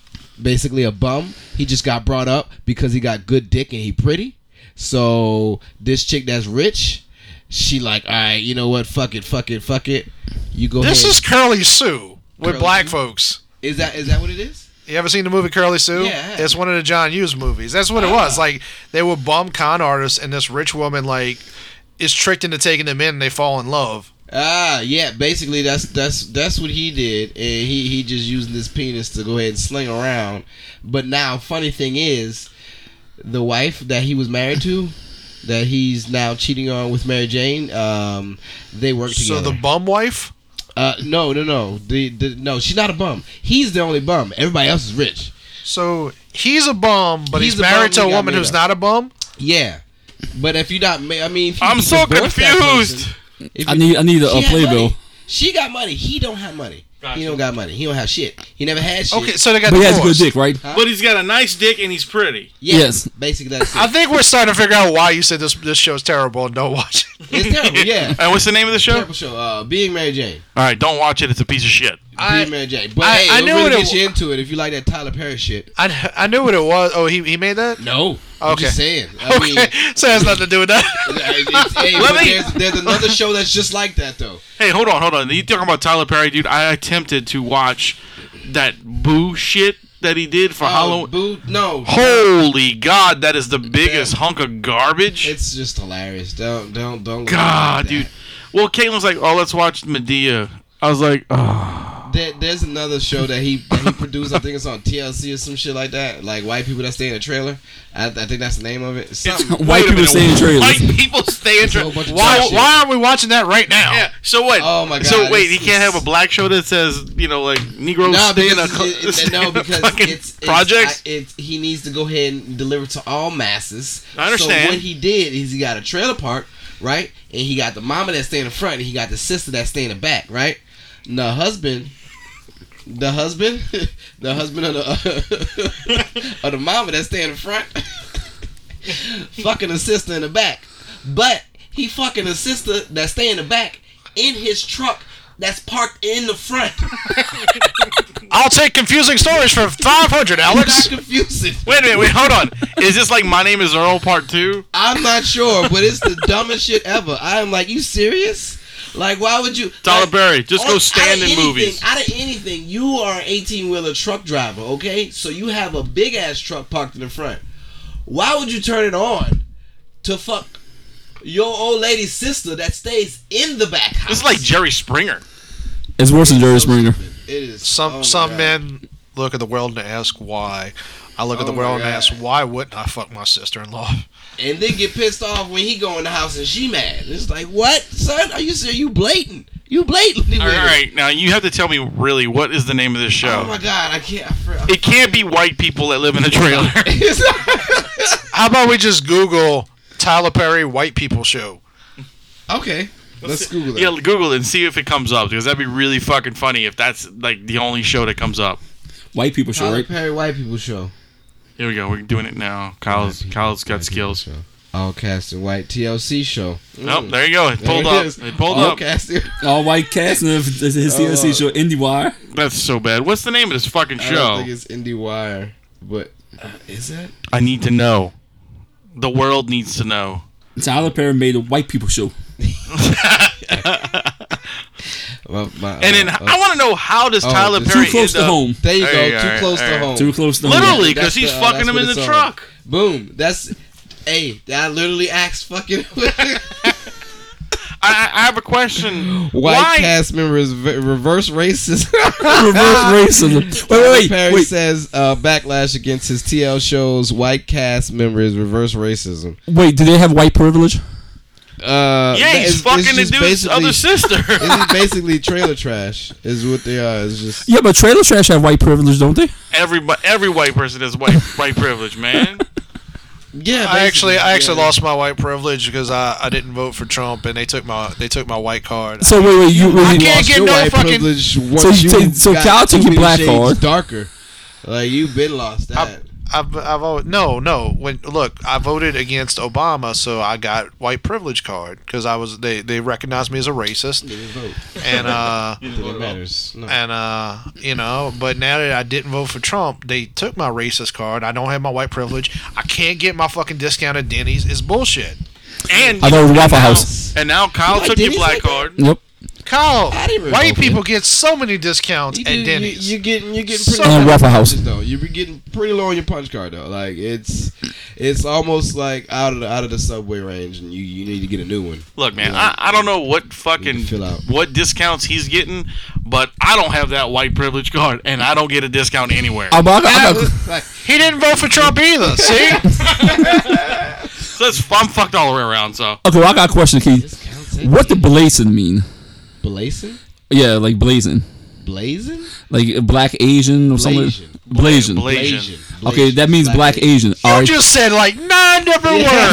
I: basically a bum. He just got brought up because he got good dick and he pretty. So this chick that's rich, she like, all right, you know what? Fuck it, fuck it, fuck it. You go.
F: This
I: ahead.
F: is Curly Sue with
I: Curly
F: black
I: Sue?
F: folks.
I: is that is that what it is?
F: You ever seen the movie Curly Sue?
I: Yeah.
F: It's one of the John Hughes movies. That's what it was. Like they were bum con artists, and this rich woman like is tricked into taking them in, and they fall in love.
I: Ah, yeah. Basically, that's that's that's what he did, and he he just using this penis to go ahead and sling around. But now, funny thing is, the wife that he was married to, that he's now cheating on with Mary Jane, um, they work together.
F: So the bum wife.
I: uh, no, no, no, the, the no, she's not a bum. He's the only bum. Everybody else is rich.
F: So he's a bum, but he's,
I: He's a bum,
F: married
I: he
F: to a
I: got
F: woman
I: made
F: who's
I: up.
F: not a bum.
I: Yeah, but if you not, ma- I mean, if you
E: I'm so
I: divorce that
E: confused.
I: person- if
H: I
I: you-
H: need I need a,
I: She
H: a
I: had
H: playbill.
I: money. She got money. He don't have money. He don't got money. He don't have shit. He never had shit.
F: Okay, so they got
H: But he has a good
F: divorced.
H: dick, right?
J: but he's got a nice dick and he's pretty.
I: Yeah,
H: Yes.
I: Basically, that's
F: I
I: it.
F: think we're starting to figure out why you said this this show's terrible and don't watch it.
I: It's terrible. Yeah.
E: And what's the name of the show? All
I: terrible show. Uh, Being Mary Jane.
E: right, don't watch it. It's a piece of shit.
F: I-
I: Be Mary Jane. But
F: I-
I: hey,
F: I
I: I
F: knew
I: knew really
F: what it
I: get
F: wa-
I: you into it if you like that Tyler Perry shit.
F: I, I knew what it was. Oh, he, he made that?
I: No. I'm
F: Okay.
I: just saying. I
F: okay.
I: mean,
F: so it has nothing to do with that.
I: it's- hey,
E: Let
I: but
E: me-
I: there's, there's another show that's just like that though.
E: Hey, hold on, hold on. You talking about Tyler Perry, dude? I attempted to watch that boo shit that he did for
I: Oh,
E: Halloween.
I: boo, no.
E: Holy God, that is the biggest hunk of garbage.
I: It's just hilarious. Don't don't don't. look
E: God,
I: at that.
E: dude. Well, Caitlin was like, "Oh, let's watch Medea." I was like, "Oh,
I: There, there's another show that he that he produced. I think it's on TLC or some shit like that. Like white people that stay in a trailer. I, I think that's the name of it. Something.
H: White people stay in trailers.
J: White people stay in
I: It's a
J: tra-
I: whole bunch of
J: Why?
I: dumb shit.
J: Why?
F: Why aren't we watching that right now?
J: Yeah. So what?
I: Oh my god.
E: so wait, he
I: it's-
E: can't have a black show that says, you know, like Negroes
I: No,
E: stay
I: because,
E: in a, cl-
I: it, it,
E: stay in
I: no,
E: a
I: because
E: fucking
I: it's, it's
E: projects."
I: I, it's he needs to go ahead and deliver to all masses.
E: I understand.
I: So what he did is he got a trailer park, right? And he got the mama that stay in the front, and he got the sister that stay in the back, right? And the husband, the husband, the husband of the of the mama that stay in the front, fucking the sister in the back, but he fucking the sister that stay in the back in his truck that's parked in the front.
F: I'll take confusing stories for 500,
I: Not
F: Alex.
I: confusing.
E: wait a minute, wait, hold on. Is this like My Name Is Earl Part Two?
I: I'm not sure, but it's the dumbest shit ever. I am like, you serious? Like, why would you?
E: Tyler
I: like,
E: Perry, just
I: on-
E: go stand in
I: out of anything-
E: movies.
I: Out of anything, you are an 18 wheeler truck driver, okay? So you have a big ass truck parked in the front. Why would you turn it on to fuck your old lady's sister that stays in the back house?
E: This is like Jerry Springer.
H: It's worse than Jerry Springer.
I: It is
F: Some
I: oh my
F: some
I: God.
F: men look at the world and ask why. I look at the
I: Oh
F: world
I: my
F: and
I: God.
F: ask why wouldn't I fuck my sister-in-law?
I: and then get pissed off when he go in the house and she mad. It's like, what, son? Are you serious? You blatant? You blatantly?
E: All
I: with
E: right,
I: it.
E: all right, now you have to tell me really what is the name of this show.
I: Oh my god, I can't. I, fr- I
E: it can't be white people that live in a trailer.
F: How about we just Google Tyler Perry white people show?
I: okay, let's Google it.
E: yeah, Google it and see if it comes up because that'd be really fucking funny if that's like the only show that comes up.
H: White people show,
I: Tyler
H: right?
I: Perry White People Show.
E: Here we go. We're doing it now. Kyle's Kyle's got skills.
I: Show. All cast in white TLC show.
E: Nope, there you go. It pulled
I: There it
E: up.
I: is.
E: It pulled
I: All
E: up.
I: cast in-
H: All white cast and his his TLC show, IndieWire.
E: That's so bad. What's the name of this fucking
I: I don't
E: show?
I: think it's IndieWire, but uh, is that?
E: I need to know. The world needs to know.
H: Tyler Perry made a white people show.
I: Well, my,
E: And
I: uh,
E: then
I: uh,
E: I want to know how does
I: Oh,
E: Tyler
I: this-
E: Perry
H: Too close
E: end
H: to
E: up-
H: home.
I: there you
E: There
I: go.
E: you go,
I: Too
E: alright,
I: close to
E: alright.
I: home.
H: Too close to home.
E: Literally, because
I: Oh, That's
E: he's
I: the, uh,
E: fucking
I: that's
E: him
I: what
E: in the
I: it's on.
E: truck.
I: Boom. That's. Hey, I literally asked fucking.
E: I, I have a question.
I: White
E: Why?
I: cast members v- reverse racism.
H: Reverse racism.
I: Tyler
H: Wait, wait,
I: Perry
H: wait.
I: says uh, backlash against his TL shows white cast members reverse racism.
H: Wait, do they have white privilege?
I: Uh,
E: yeah,
I: that
E: he's
I: is- it's
E: fucking the
I: just
E: dude's
I: basically-
E: other sister.
I: This is basically trailer trash. Is what they are. It's just
H: Yeah, but trailer trash have white privilege, don't they?
E: every bu- every white person has white white privilege, man.
I: yeah.
F: I actually I actually lost my white privilege because I, I didn't vote for Trump and they took my they took my white card.
H: So wait, wait, you, wait, you
F: can't
H: lost
F: get
H: your
F: no
H: white
F: fucking-
H: privilege.
I: privilege. Once
H: you
I: you
H: take- so
I: got
H: Kyle took
I: too
H: your
I: many
H: black
I: shades
H: card.
I: darker. Like you've been lost that.
F: I've I've always, no no when look I voted against Obama so I got white privilege card because I was they they recognized me as a racist
I: Didn't vote.
F: and uh
I: It matters. No.
F: and uh you know but now that I didn't vote for Trump they took my racist card I don't have my white privilege I can't get my fucking discount at Denny's it's bullshit
E: And
H: I thought it was Waffle House.
E: and now Kyle
I: Like
E: took your
I: Denny's
E: black
I: like that?
E: card.
H: Yep.
F: Kyle
I: I didn't
F: white
I: vote for
F: people get so many discounts
I: You
F: at
I: do-
F: Denny's
I: You, you getting you getting pretty
F: So-
I: low on your
H: Waffle House.
I: punches, though. You're getting pretty low on your punch card though. Like it's it's almost like out of the, out of the subway range, and you, you need to get a new one.
E: Look, man,
I: Yeah.
E: I, I don't know what fucking
I: You fill out.
E: what discounts he's getting, but I don't have that white privilege card, and I don't get a discount anywhere.
H: Uh, I, I, got- I, got-
F: he didn't vote for Trump either see
E: so it's, I'm fucked all the way around. So
H: okay, well, I got a question, Keith. What the blazing mean?
I: blazing?
H: Yeah, like blazing,
I: Blazing?
H: like uh, black Asian or something.
I: Blazing.
H: Blazing.
E: Blasian.
H: Okay, that means black Asian. All
F: You
H: right.
F: just said like nine different words.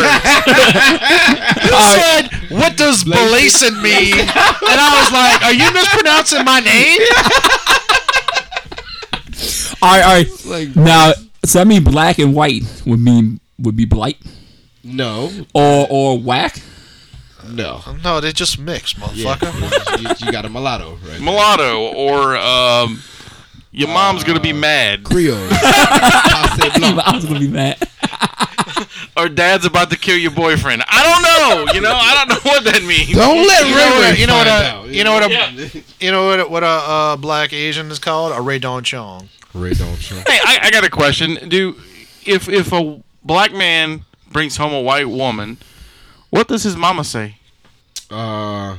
F: you said, "What does blazing mean?" And I was like, "Are you mispronouncing my name?"
H: All right, all right. Now, so I mean, black and white would mean would be blight
I: No,
H: or or whack.
I: No.
F: No, they just mix, motherfucker.
I: you, you got a mulatto, right?
E: Mulatto or um, your mom's gonna be mad.
I: Creole.
H: I was gonna be mad.
E: or dad's about to kill your boyfriend. I don't know. You know, I don't know what that means. um,
I: Don't let
F: You know what? You know
I: Ray
F: what? uh,
I: find
F: A,
I: out.
F: you know what? A,
J: Yeah.
F: You know what? A, what a uh, black Asian is called? A Ray Don Chong.
I: Ray don't show.
E: Hey, I, I got a question. Do if if a black man brings home a white woman, what does his mama say?
I: uh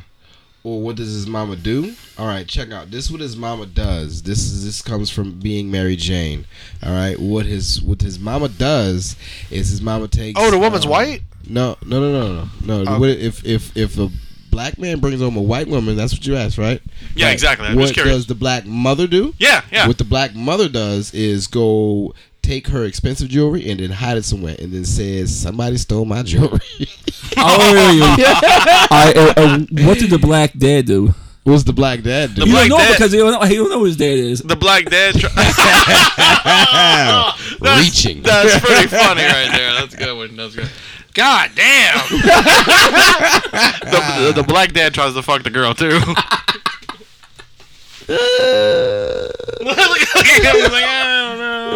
I: well what does his mama do all right check out this is what his mama does this is this comes from being mary jane all right what his what his mama does is his mama takes
F: Oh, the woman's
I: um,
F: white.
I: no no no no no no
F: Oh.
I: What if if if a black man brings home a white woman that's what you asked right
E: Yeah,
I: Right.
E: exactly. I'm
I: what
E: just curious.
I: does the black mother do
E: Yeah, yeah.
I: what the black mother does is go take her expensive jewelry and then hide it somewhere and then says somebody stole my jewelry
H: Oh, I, uh, uh, what did the black dad do?
I: what's the black dad do
E: The
H: You
E: black
H: don't know
E: dad-
H: because he don't know, he don't know who his dad is.
E: the black dad. Try- That's-
I: reaching
E: That's pretty funny right there. That's a good one. That's good. God damn. the, the black dad tries to fuck the girl too. look, look at him. He's like, I don't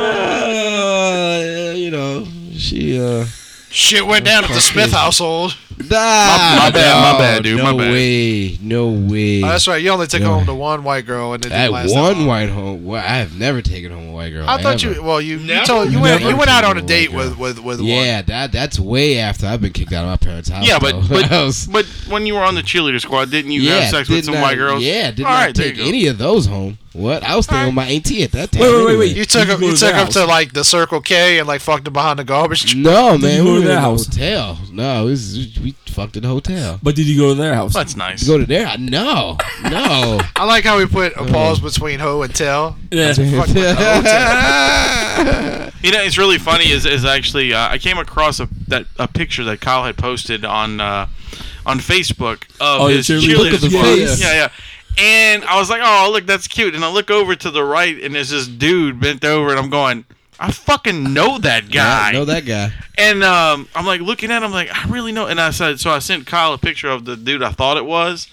E: know.
I: uh, you know, she uh.
F: Shit went down at the Smith household.
E: my bad, my bad, dude, my
I: Ah, No
E: bad.
I: way, no way.
F: Oh, that's right. You only took
I: Yeah.
F: home the one white girl, and it
I: that
F: didn't last
I: one
F: long.
I: white home. Well, I have never taken home a white girl.
F: I thought
I: ever.
F: you. Well, you you,
J: Never?
F: told, you went you
I: Never
F: went out on
I: told
F: a
I: a
F: date
I: white girl.
F: with with with one.
I: Yeah, that that's way after I've been kicked out of my parents' house.
E: Yeah, but
I: though. I
E: but,
I: was-
E: but when you were on the cheerleader squad, didn't you have sex with
I: did
E: some
I: not-
E: white girls?
I: Yeah, did
E: All
I: not
E: right, there
I: take
E: you go.
I: any of those home. What? I was staying with my auntie at that time.
H: Wait, wait, wait,
I: anyway.
H: wait.
F: You took
H: You
F: him.
H: go
F: You
H: to
F: took
H: the
F: him to
H: house.
F: like the Circle K and like fucked him behind the garbage. truck.
I: No, man, we
H: you go to
I: were in
H: their
I: a
H: house?
I: hotel. No, it was, we fucked in a hotel.
H: But did you go to their house?
E: That's nice.
I: To go to their house? No, no.
F: I like how we put a pause between hoe and tell.
H: Yeah.
F: Fuck with the hoe tell.
E: You know, it's really funny. Is is actually uh, I came across a that a picture that Kyle had posted on uh, on Facebook of
H: Oh,
E: his
H: the cheerleader-
E: cheerleader
H: look at the
E: squad.
H: face.
E: Yeah, yeah. And I was like, oh, look, that's cute. And I look over to the right, and there's this dude bent over, and I'm going, I fucking know that guy.
I: I know that guy.
E: And um, I'm like looking at him, like I really know. And I said, so I sent Kyle a picture of the dude I thought it was,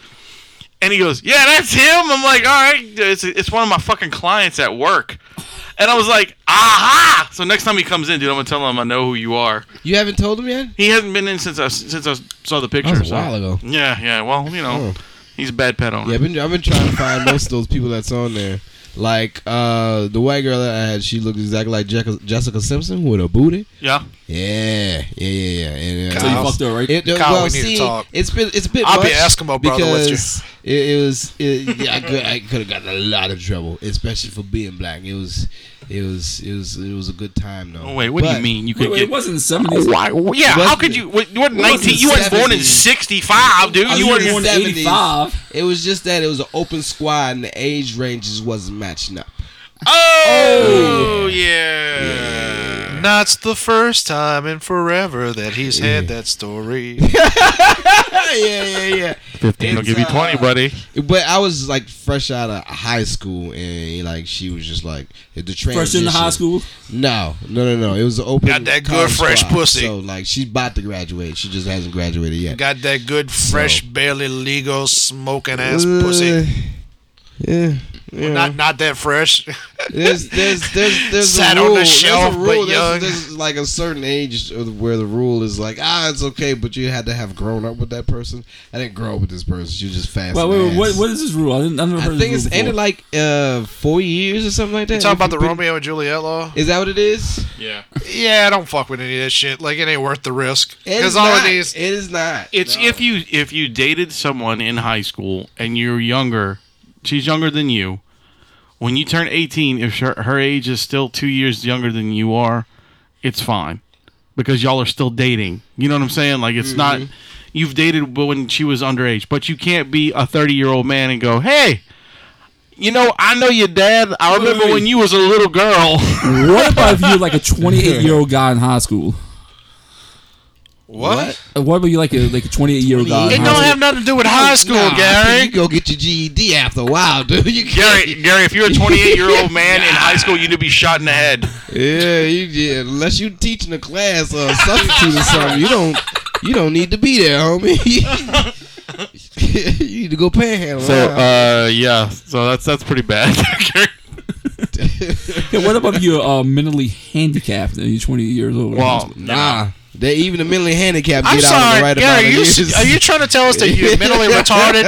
E: and he goes, "Yeah, that's him." I'm like, "All right, it's it's one of my fucking clients at work." And I was like, "Aha!" So next time he comes in, dude, I'm gonna tell him I know who you are.
I: You haven't told him yet?
E: He hasn't been in since I since I saw the picture.
I: That was a
E: so-
I: while ago. Oh.
E: Yeah, yeah. Well, you know, he's a bad pet owner.
I: Yeah, I've been, I've been trying to find most of those people that's on there. Like uh, the white girl that I had, she looked exactly like Jeca- Jessica Simpson with a booty.
E: yeah.
I: Yeah, yeah, yeah, yeah. And, uh,
H: So you
F: Kyle.
H: fucked her, right?
I: it, uh,
F: Kyle,
I: well,
F: we need to
I: see,
F: talk.
I: it's been it's been.
F: I'll be
I: much
F: Eskimo brother with you.
I: because It, it was. It, yeah, I could I could have gotten a lot of trouble, especially for being black. It was. It was. It was. It was a good time though.
E: Oh, wait, what do
I: But-
E: you mean you could
H: Wait, wait,
E: get?
H: it wasn't the seventies.
E: Why? Yeah, how
I: wasn't
E: could
I: it?
E: you? What, you weren't
H: It wasn't
E: 19. You weren't born in
I: 70s.
E: 65,
H: Oh,
E: dude.
I: was
E: You
I: born
E: weren't.
I: in- 70s.
H: eighty five.
I: It was just that it was an open squad and the age ranges wasn't matching up.
E: Oh, yeah.
F: That's the first time in forever that he's had that story.
I: yeah, yeah, yeah.
E: Fifteen will
I: It's,
E: give you twenty,
I: uh,
E: buddy.
I: But I was like fresh out of high school, and like she was just like the transition.
H: Fresh in the high school.
I: No, no, no, no. It was an open.
F: Got that good
I: college
F: fresh
I: squad.
F: pussy.
I: So like she's about to graduate. She just hasn't graduated yet.
F: Got that good, fresh, barely legal, smoking ass
I: Uh,
F: pussy.
I: Yeah. yeah.
F: Not not that fresh.
I: there's there's there's there's
F: Sat
I: a
F: on the
I: rule.
F: shelf,
I: there's a rule.
F: but young.
I: There's, there's like a certain age of- where the rule is like ah it's okay, but you had to have grown up with that person. I didn't grow up with this person. She was just fast.
H: Wait,
I: in
H: wait,
I: the
H: wait, what,
I: ass.
H: what is this rule? I didn't. I never heard
I: I
H: of
I: think
H: this
I: it's
H: rule
I: ended
H: before.
I: like uh four years or something like that.
F: You talking
I: If
F: about the
I: you've been-
F: Romeo and Juliet law?
I: Is that what it is?
J: Yeah.
F: Yeah, I don't fuck with any of that shit. Like it ain't worth the risk. Because
I: is
F: all
I: not.
F: it is,
I: It is not.
E: It's if you if you dated someone in high school and you're younger, she's younger than you. When you turn 18, if her, her age is still two years younger than you are, it's fine because y'all are still dating. You know what I'm saying? Like it's
H: Mm-hmm.
E: not you've dated when she was underage, but you can't be a 30 year old man and go, hey. You know, I know your dad. I remember
H: wait.
E: when you was a little girl.
H: What about if you were like a twenty eight year old guy in high school?
F: what?
H: Uh, What about you like a like a twenty eight year old guy?
F: It
H: in
F: don't
H: high
F: have nothing to do with high school,
I: Nah, You
F: Gary.
I: go get your GED after a while, dude. You can't.
E: Gary, Gary, if you're a 28 year old man in high school, you need to be shot in the head.
I: Yeah, you, yeah, unless you teaching a class or a substitute or something, you don't. you don't need to be there, homie. you need to go panhandle.
E: So
I: now.
E: uh, yeah, so that's that's pretty bad.
H: Yeah, what about you? Uh, mentally handicapped and you're 20 years old.
E: well,
I: nah, they even the mentally handicapped
F: I'm
I: get out
F: sorry.
I: of the right
F: yeah,
I: amount
F: are
I: of
F: you
I: years.
F: are you trying to tell us that you're mentally retarded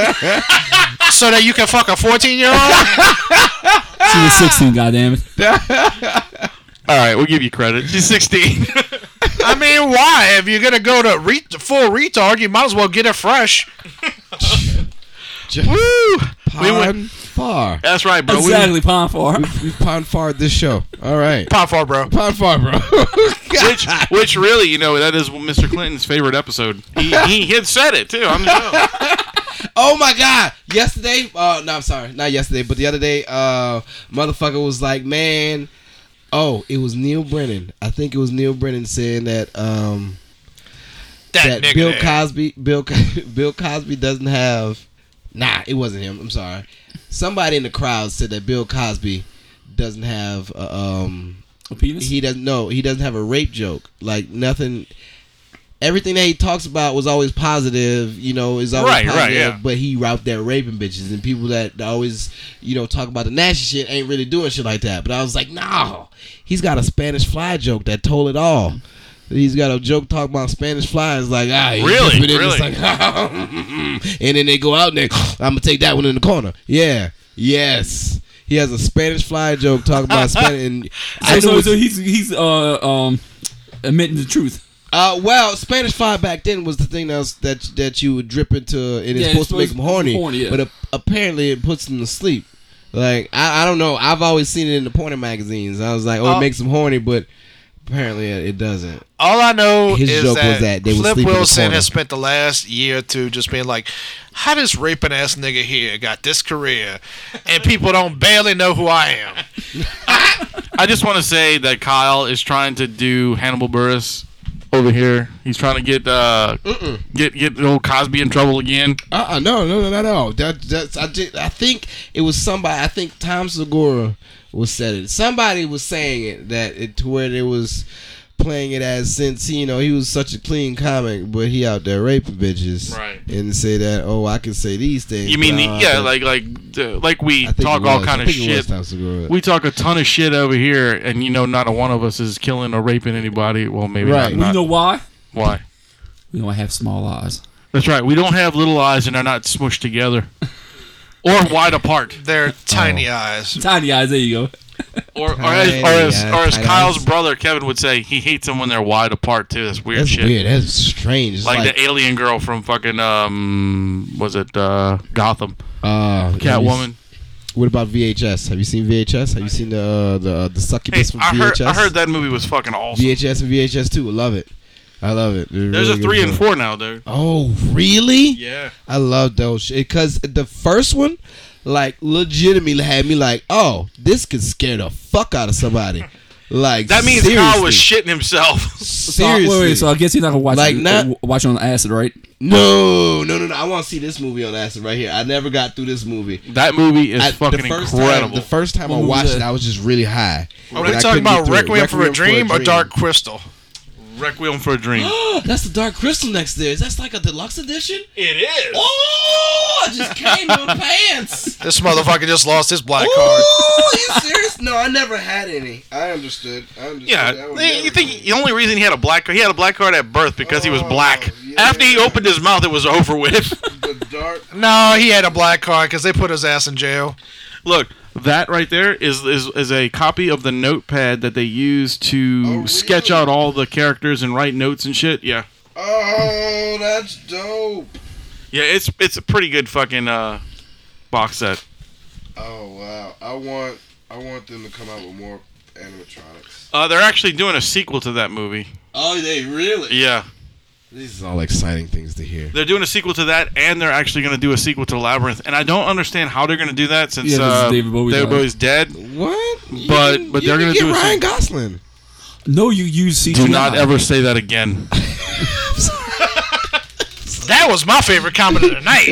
F: so that you can fuck a 14 year old?
H: she
F: Ah!
H: was 16. Goddammit.
E: all right, we'll give you credit. She's sixteen.
F: I mean, why? If you're gonna go to re- full retard, you might as well get it fresh.
E: Woo! We went.
I: Pond far.
E: That's right, bro. We,
H: Exactly, Pond Far.
I: We've pond far this show. All right,
F: Pop far, bro.
I: pond far, bro.
E: which, which really, you know, that is Mr. Clinton's favorite episode. He he had said it too. I'm just,
I: Oh my god! Yesterday, uh, no, I'm sorry, not yesterday, but the other day, uh, motherfucker was like, man, oh, it was Neil Brennan. I think it was Neil Brennan saying that, um,
F: That,
I: that,
F: nigga.
I: Bill
F: there.
I: Cosby, Bill, Co- Bill Cosby doesn't have. Nah, it wasn't him. I'm sorry. Somebody in the crowd said that Bill Cosby doesn't have, uh, um,
H: A penis?
I: he doesn't know he doesn't have a rape joke. Like nothing. Everything that he talks about was always positive, you know, is always
E: Right, right,
I: positive.
E: yeah.
I: But he out there raping bitches and people that always, you know, talk about the nasty shit ain't really doing shit like that. But I was like, no, he's got a Spanish fly joke that told it all. He's got a joke talking about Spanish flies, like ah, he
E: Really?
I: dipping it,
E: Really?
I: It's like, and then they go out and they, I'm gonna take that one in the corner. Yeah, yes, he has a Spanish fly joke talking about Spanish. And
H: So,
I: knew
H: so,
I: it's-
H: so he's he's uh um admitting the truth.
I: uh, well, Spanish fly back then was the thing that was, that that you would drip into, and it's
H: Yeah,
I: supposed to make
H: it's
I: them horny.
H: horny, yeah.
I: But a- apparently, it puts them to sleep. Like I, I don't know. I've always seen it in the porn magazines. I was like, oh,
F: Oh.
H: Uh,
I: it makes them horny, but apparently it, it doesn't.
F: All I know
I: His
F: is
I: joke
F: that,
I: was that they would
F: Flip
I: sleep in the
F: Wilson
I: corner.
F: has spent the last year or two just being like, "How this raping ass nigga here got this career, and people don't barely know who I am."
E: I just want to say that Kyle is trying to do Hannibal Burris over here. He's trying to get uh get get old Cosby in trouble again.
I: Uh, uh no, no, no, no, no. That, that's I did. I think it was somebody. I think Tom Segura was said it. Somebody was saying it that it to where they was playing it as since you know he was such a clean comic, but he out there raping bitches,
E: Right.
I: And say that oh I can say these things.
E: You mean the,
I: but I don't
E: yeah,
I: think-
E: like like uh, like we
I: I think
E: talk
I: it
E: all
I: was.
E: kind
I: I
E: of
I: think it was
E: shit.
I: Tom Segura.
E: We talk a ton of shit over here, and you know, not a one of us is killing or raping anybody. Well, maybe
I: Right.
E: not.
I: We
H: You
E: not-
H: know why?
E: why?
H: We don't have small eyes.
E: That's right. We don't have little eyes, and they're not smushed together or wide apart.
I: Oh.
F: They're tiny eyes.
H: Tiny eyes. There you go.
E: Or, or as, or as,
I: Tiny
E: or as
I: eyes.
E: Kyle's brother Kevin would say, he hates them when they're wide apart too. That's weird
I: that's
E: shit.
I: weird. That's strange. It's
E: Like,
I: like,
E: the alien girl from fucking um, was it uh Gotham?
I: uh,
E: Catwoman.
I: What about VHS? Have you seen VHS? Have you seen the uh, the uh, the
E: Hey,
I: succubus from
E: I
I: VHS?
E: heard I heard that movie was fucking awesome.
I: VHS and VHS too. Love it. I love it. They're
E: There's
I: really
E: a
I: good
E: three and
I: shows.
E: four now, dude.
I: Oh, really?
J: Yeah.
I: I love those shit because the first one, like, legitimately had me like, oh, this could scare the fuck out of somebody. Like
E: That means
I: seriously,
E: Kyle was shitting himself.
H: So,
I: seriously.
H: wait, wait, so I guess you're not gonna watch
I: Like,
H: it,
I: not-
H: uh, watch it on acid, right?
I: no, no, no, no. I want to see this movie on acid right here. I never got through this movie.
E: that movie is
I: I-
E: fucking
I: time-
E: incredible.
I: the first time
H: What
I: I
H: movie
I: watched
H: was
I: it,
H: that?
I: I was just really high.
F: Are
I: And
F: we
I: I
F: talking
I: couldn't get
F: about
I: through it.
F: Requiem, for, a dream or Dark Crystal?
E: Requiem for a Dream.
I: That's the Dark Crystal next there. Is that like a deluxe edition?
J: It is.
I: Oh, I just came in my pants.
F: This motherfucker just lost his black card.
I: Oh, you serious? No, I never had any. I understood. I understood. I
E: Yeah,
I: would
E: they-
I: never
E: you
I: do
E: think
I: it.
E: the only reason he had a black card, he had a black card at birth because he was
I: Oh,
E: black.
I: yeah.
E: After he opened his mouth, it was over with.
I: the dark?
F: No, he had a black card because they put his ass in jail.
E: Look, that right there is, is is a copy of the notepad that they use to
I: Oh,
E: sketch
I: really?
E: out all the characters and write notes and shit. Yeah,
I: Oh, that's dope.
E: yeah, it's it's a pretty good fucking uh, box set.
I: Oh wow, I want I want them to come out with more animatronics.
E: Uh, they're actually doing a sequel to that movie.
I: Oh, they really?
E: Yeah,
I: These are all exciting things to hear.
E: they're doing a sequel to that, and they're actually going to do a sequel to Labyrinth. And I don't understand how they're going to do that since
H: Yeah, this is
E: uh, David,
H: David Bowie died.
E: Bowie's dead.
I: What? You
E: But-
I: can-
E: but
I: you
E: they're
I: can
E: gonna
I: get
E: do a
I: Ryan
E: sequel.
I: Gosling.
H: No, you use CGI.
E: Do not ever say that again.
F: That was my favorite comment of the night.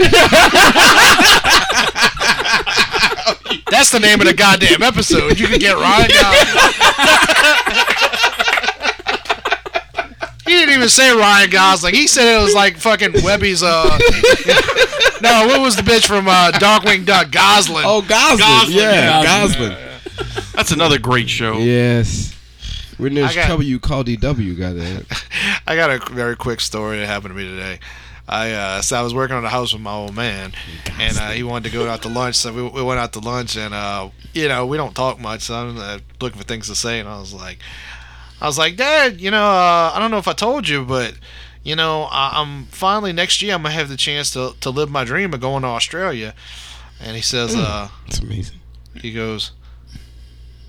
F: That's the name of the goddamn episode. You can get Ryan Gosling. you didn't even say Ryan Gosling. He said it was like fucking Webby's. Uh, no, what was the bitch from uh, Darkwing Duck? Goslin.
I: Oh, Goslin.
E: Gosling,
I: yeah,
E: yeah,
I: Goslin.
E: That's another great show.
I: Yes. When
F: I
I: there's
F: got-
I: trouble, you call DW. Got that?
F: I got a very quick story that happened to me today. I uh, so I was working on the house with my old man, and uh, he wanted to go out to lunch. So we, we went out to lunch, and uh, you know we don't talk much. So I'm uh, looking for things to say, and I was like, I was like, Dad, you know, uh, I don't know if I told you, but you know, I, I'm finally next year I'm gonna have the chance to to live my dream of going to Australia. And he says, uh,
I: It's amazing.
F: he goes,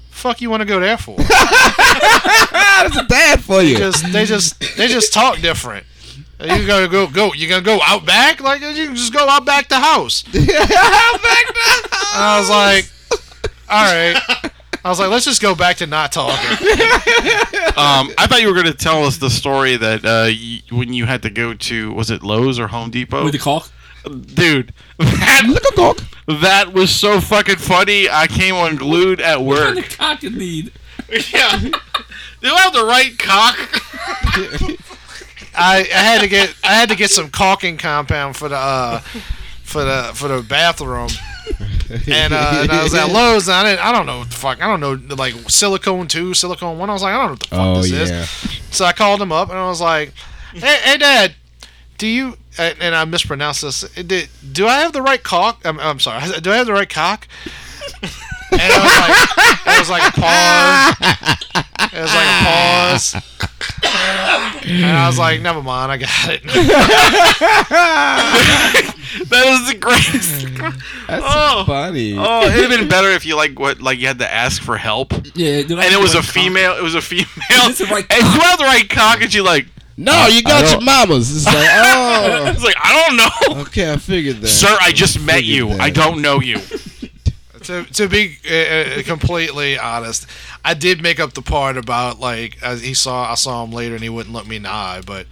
F: "Fuck, you want to go there for?"
I: Bad for you.
F: just they just they just talk different. You gotta go go. You gonna go out back? Like you can just go out back the house. out back the house. I was like, all right. I was like, let's just go back to not talking.
E: Um, I thought you were going to tell us the story that uh, y when you had to go to was it Lowe's or Home Depot?
H: With the caulk?
E: Dude, that, that was so fucking funny. I came unglued at
H: What kind
E: work.
H: of cock you need?
J: Yeah. Do I have the right cock?
F: I, I had to get I had to get some caulking compound for the uh, for the for the bathroom. And, uh, and I was at Lowe's, and I, didn't, I don't know what the fuck. I don't know, like, silicone 2, silicone 1. I was like, I don't know what the fuck
I: Oh
F: this is.
I: yeah.
F: So I called him up and I was like, "Hey, hey Dad, do you?" And and I mispronounced this. Did, do I have the right cock? I'm, I'm sorry. I said, Do I have the right cock? And I was like, it was like a pause. It was like a pause. And I was like, never mind, I got it.
E: That was the greatest.
I: That's
E: Oh.
I: funny.
E: Oh, it'd have been better if you like what like you had to ask for help, and
H: Yeah, dude, I
E: it
H: feel
E: was a
H: like cock.
E: female. It was a female.
H: Is this the right
E: and you have the right cock, and she like,
I: No, you got your mamas. It's like, oh,
E: it's like I don't know,
I: okay, I figured that.
E: sir. I just met you.
I: that.
E: I don't know you.
F: to, to be uh, uh, completely honest, I did make up the part about like uh, he saw I saw him later and he wouldn't look me in the eye, but.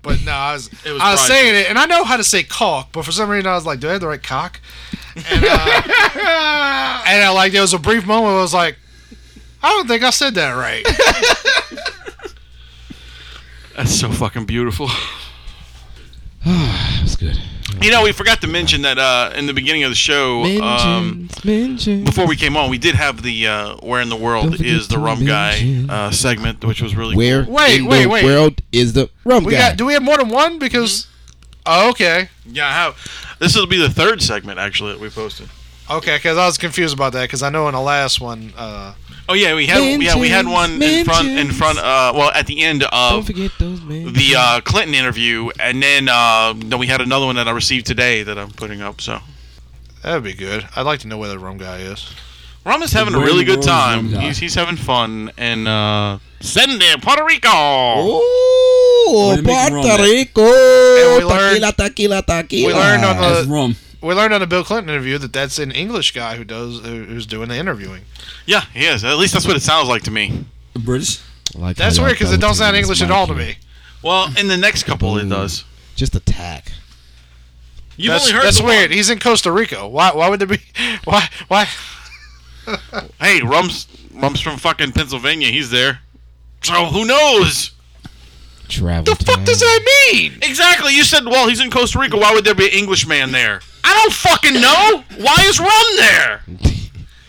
F: But no, I was,
J: It was
F: I was
J: pride.
F: saying it, and I know how to say cock, but for some reason I was like, do I have the right cock? And, uh, and I, like there was a brief moment where I was like, I don't think I said that right.
E: That's so fucking beautiful.
I: That's good.
E: You know, we forgot to mention that uh, in the beginning of the show, um, before we came on, we did have the uh, "Where in the World is the Rum Guy" uh, segment, which was really
I: Where
F: Wait,
I: in
F: wait,
I: the
F: wait.
I: world is the rum
F: We
I: guy?
F: got do we have more than one? Because
J: Mm-hmm.
F: oh, okay,
E: cool. Yeah, how this will be the third segment actually that we posted.
F: okay, because I was confused about that because I know in the last one, uh,
E: Oh yeah, we had yeah we had one in front in front uh, well at the end
I: Don't
E: of
I: forget those men.
E: the uh, Clinton interview, and then uh, then we had another one that I received today that I'm putting up. So
F: that'd be good. I'd like to know where the rum guy is.
E: Rum is having a
H: Where in
E: really
H: the
E: good
H: World is the Rum
E: time.
H: Guy?
E: He's he's having fun and uh, send it Puerto Rico.
I: Ooh,
H: Way to make rum,
I: Puerto
H: man.
I: Rico.
F: we learned-
I: tequila, tequila, tequila.
F: We learned on the
H: That's rum.
F: we learned on the Bill Clinton interview that that's an English guy who does who- who's doing the interviewing.
E: Yeah, he is. At least that's what it sounds like to me.
H: British.
I: Like
F: That's
I: how
F: weird
I: y'all
F: because it don't
I: fellas
F: sound
I: do this,
F: English at
I: Mikey.
F: all to me.
E: Well, in the next couple, it does.
I: Just attack.
J: You've
F: that's
J: only heard
F: that's
J: the
F: weird. He's in Costa Rica. Why? Why would there be? Why? Why?
E: Hey, Rum's Rum's from fucking Pennsylvania. He's there. So who knows?
I: Travel.
E: The fuck does that mean? Exactly. You said, well, he's in Costa Rica. Why would there be an Englishman there? I don't fucking know. Why is Rum there?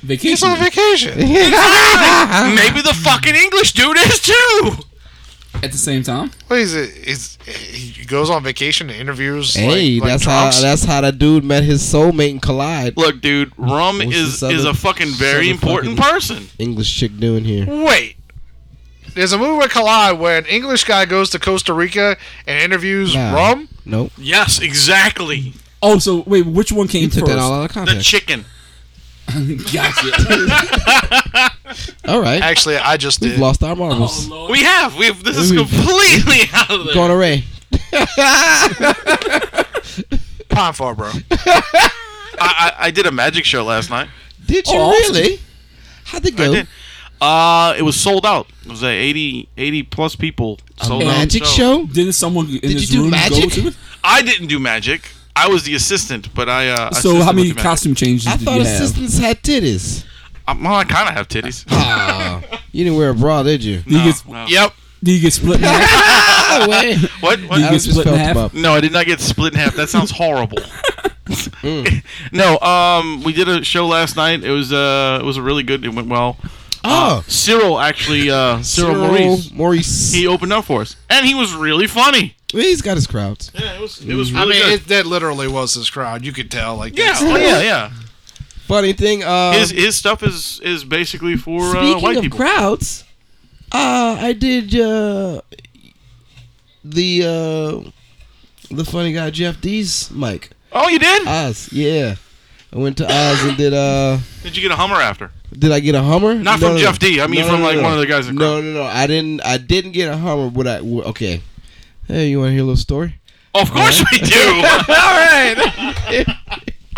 F: He's on
H: Vacation.
F: vacation.
E: Maybe the fucking English dude is too.
H: At the same time.
F: What is it? Is he goes on vacation and interviews?
I: Hey,
F: like, like
I: that's
F: drunks?
I: how that's how that dude met his soulmate and collide.
E: Look, dude, Rum
I: What's
E: is
I: this other-
E: is a fucking very
I: other
E: important
I: fucking-
E: person.
I: English chick doing here.
F: Wait. There's a movie with Collide where an English guy goes to Costa Rica and interviews
I: Nah.
F: Rum.
I: Nope.
E: Yes, exactly.
H: Oh, so wait, which one came
I: You took
H: first?
I: that all out of
E: The
I: context.
E: chicken.
H: gotcha.
I: all right.
F: Actually, I just
I: We've
F: did.
I: lost our
H: Oh,
I: marbles.
F: Oh.
E: We have. We have. This is
I: Ooh.
E: completely out of the.
I: Going away.
F: Pine far, bro.
E: I, I I did a magic show last night.
I: Did you
H: Oh, awesome.
I: really? How'd it
E: I
I: go?
E: did. Uh, it was sold out. It was like 80, 80 plus people sold out.
I: Magic
E: So-
I: show?
H: Didn't someone in
I: you
H: this
I: do
H: room
I: magic?
H: go to it?
E: I didn't do magic. I was the assistant, but I. Uh,
H: So
E: assisted
H: how
E: with
H: many
E: the magic.
H: costume changes
I: I
H: did
I: thought
H: you have?
I: assistants had titties.
E: Uh, well, I kind of have titties.
I: Ah, you didn't wear a bra, did you?
H: Did you, get,
E: No.
F: Yep.
H: did you get split? in half?
G: highway.
E: What? what?
G: You I get was just split in felt half? them up.
E: No, I did not get split in half. That sounds horrible.
G: Mm.
E: no, um, we did a show last night. It was uh, it was a really good. It went well. Uh,
I: Oh.
E: Cyril actually, uh, Cyril,
I: Cyril
E: Maurice,
I: Maurice.
E: he opened up for us, and he was really funny.
I: He's got his crowds.
E: Yeah, it was. It was
G: Mm.
F: I
E: really
F: mean,
E: good.
F: it, that literally was his crowd. You could tell. Like,
E: yeah,
F: that's-
E: oh, yeah, yeah.
I: Funny thing, uh,
E: His his stuff is is basically for uh,
G: um, Speaking
E: white
G: of
E: people.
G: crowds,
I: uh, I did uh, the uh, the funny guy Jeff D's mic.
E: oh, you did?
G: uh,
I: Oz, yeah. I went to Oz and did uh
E: did you get a Hummer after?
I: did I get a Hummer?
E: Not from Jeff D. I mean from, like, one of the guys in
I: No, no, no. I didn't I didn't get a Hummer, but I w- okay. Hey, you want to hear a little story?
E: Of course we do.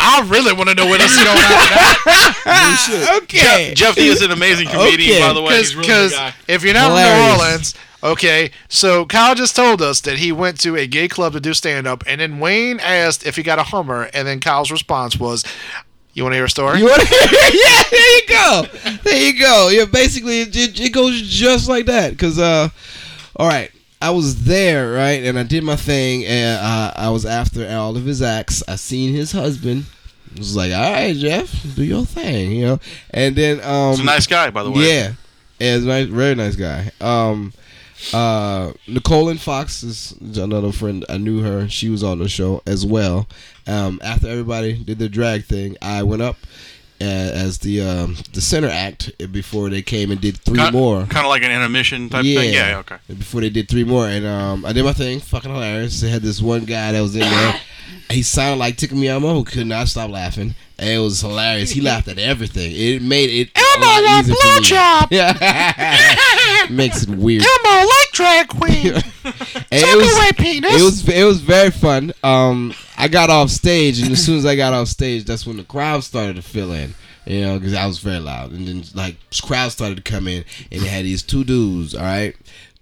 F: I really want to know what else is going on
E: Ah,
I: Okay.
E: Jeff D is an amazing comedian,
I: Okay.
E: by the way. He's a really good
F: because
E: guy.
F: if you're not from
I: Hilarious.
F: New Orleans, okay. So Kyle just told us that he went to a gay club to do stand up, and then Wayne asked if he got a Hummer, and then Kyle's response was, "You want to hear a story?"
I: You want to Yeah, there you go. There you go. Yeah, basically it, it, it goes just like that cuz uh all right. I was there, right? And I did my thing and uh, I was after all of his acts. I seen his husband. I was like, "All right, Jeff, do your thing," you know. And then um
E: He's a nice guy, by the way.
I: Yeah, yeah, he's a nice, very nice guy. Um, uh, Nicolin Fox is another friend. I knew her. She was on the show as well. Um, after everybody did their drag thing, I went up a- as the um, the center act before they came and did three more.
E: Kind of like an intermission type thing. Yeah, okay.
I: Before they did three more, and um, I did my thing. Fucking hilarious. They had this one guy that was in there. He sounded like Tickle Me Elmo, who could not stop laughing. And it was hilarious. He laughed at everything. It made it Elmo a blowjob. Yeah, makes it weird.
F: Elmo like drag queen.
I: And it was, It was it was very fun. Um, I got off stage, and as soon as I got off stage, that's when the crowd started to fill in. You know, because I was very loud, and then like crowd started to come in, and they had these two dudes. All right,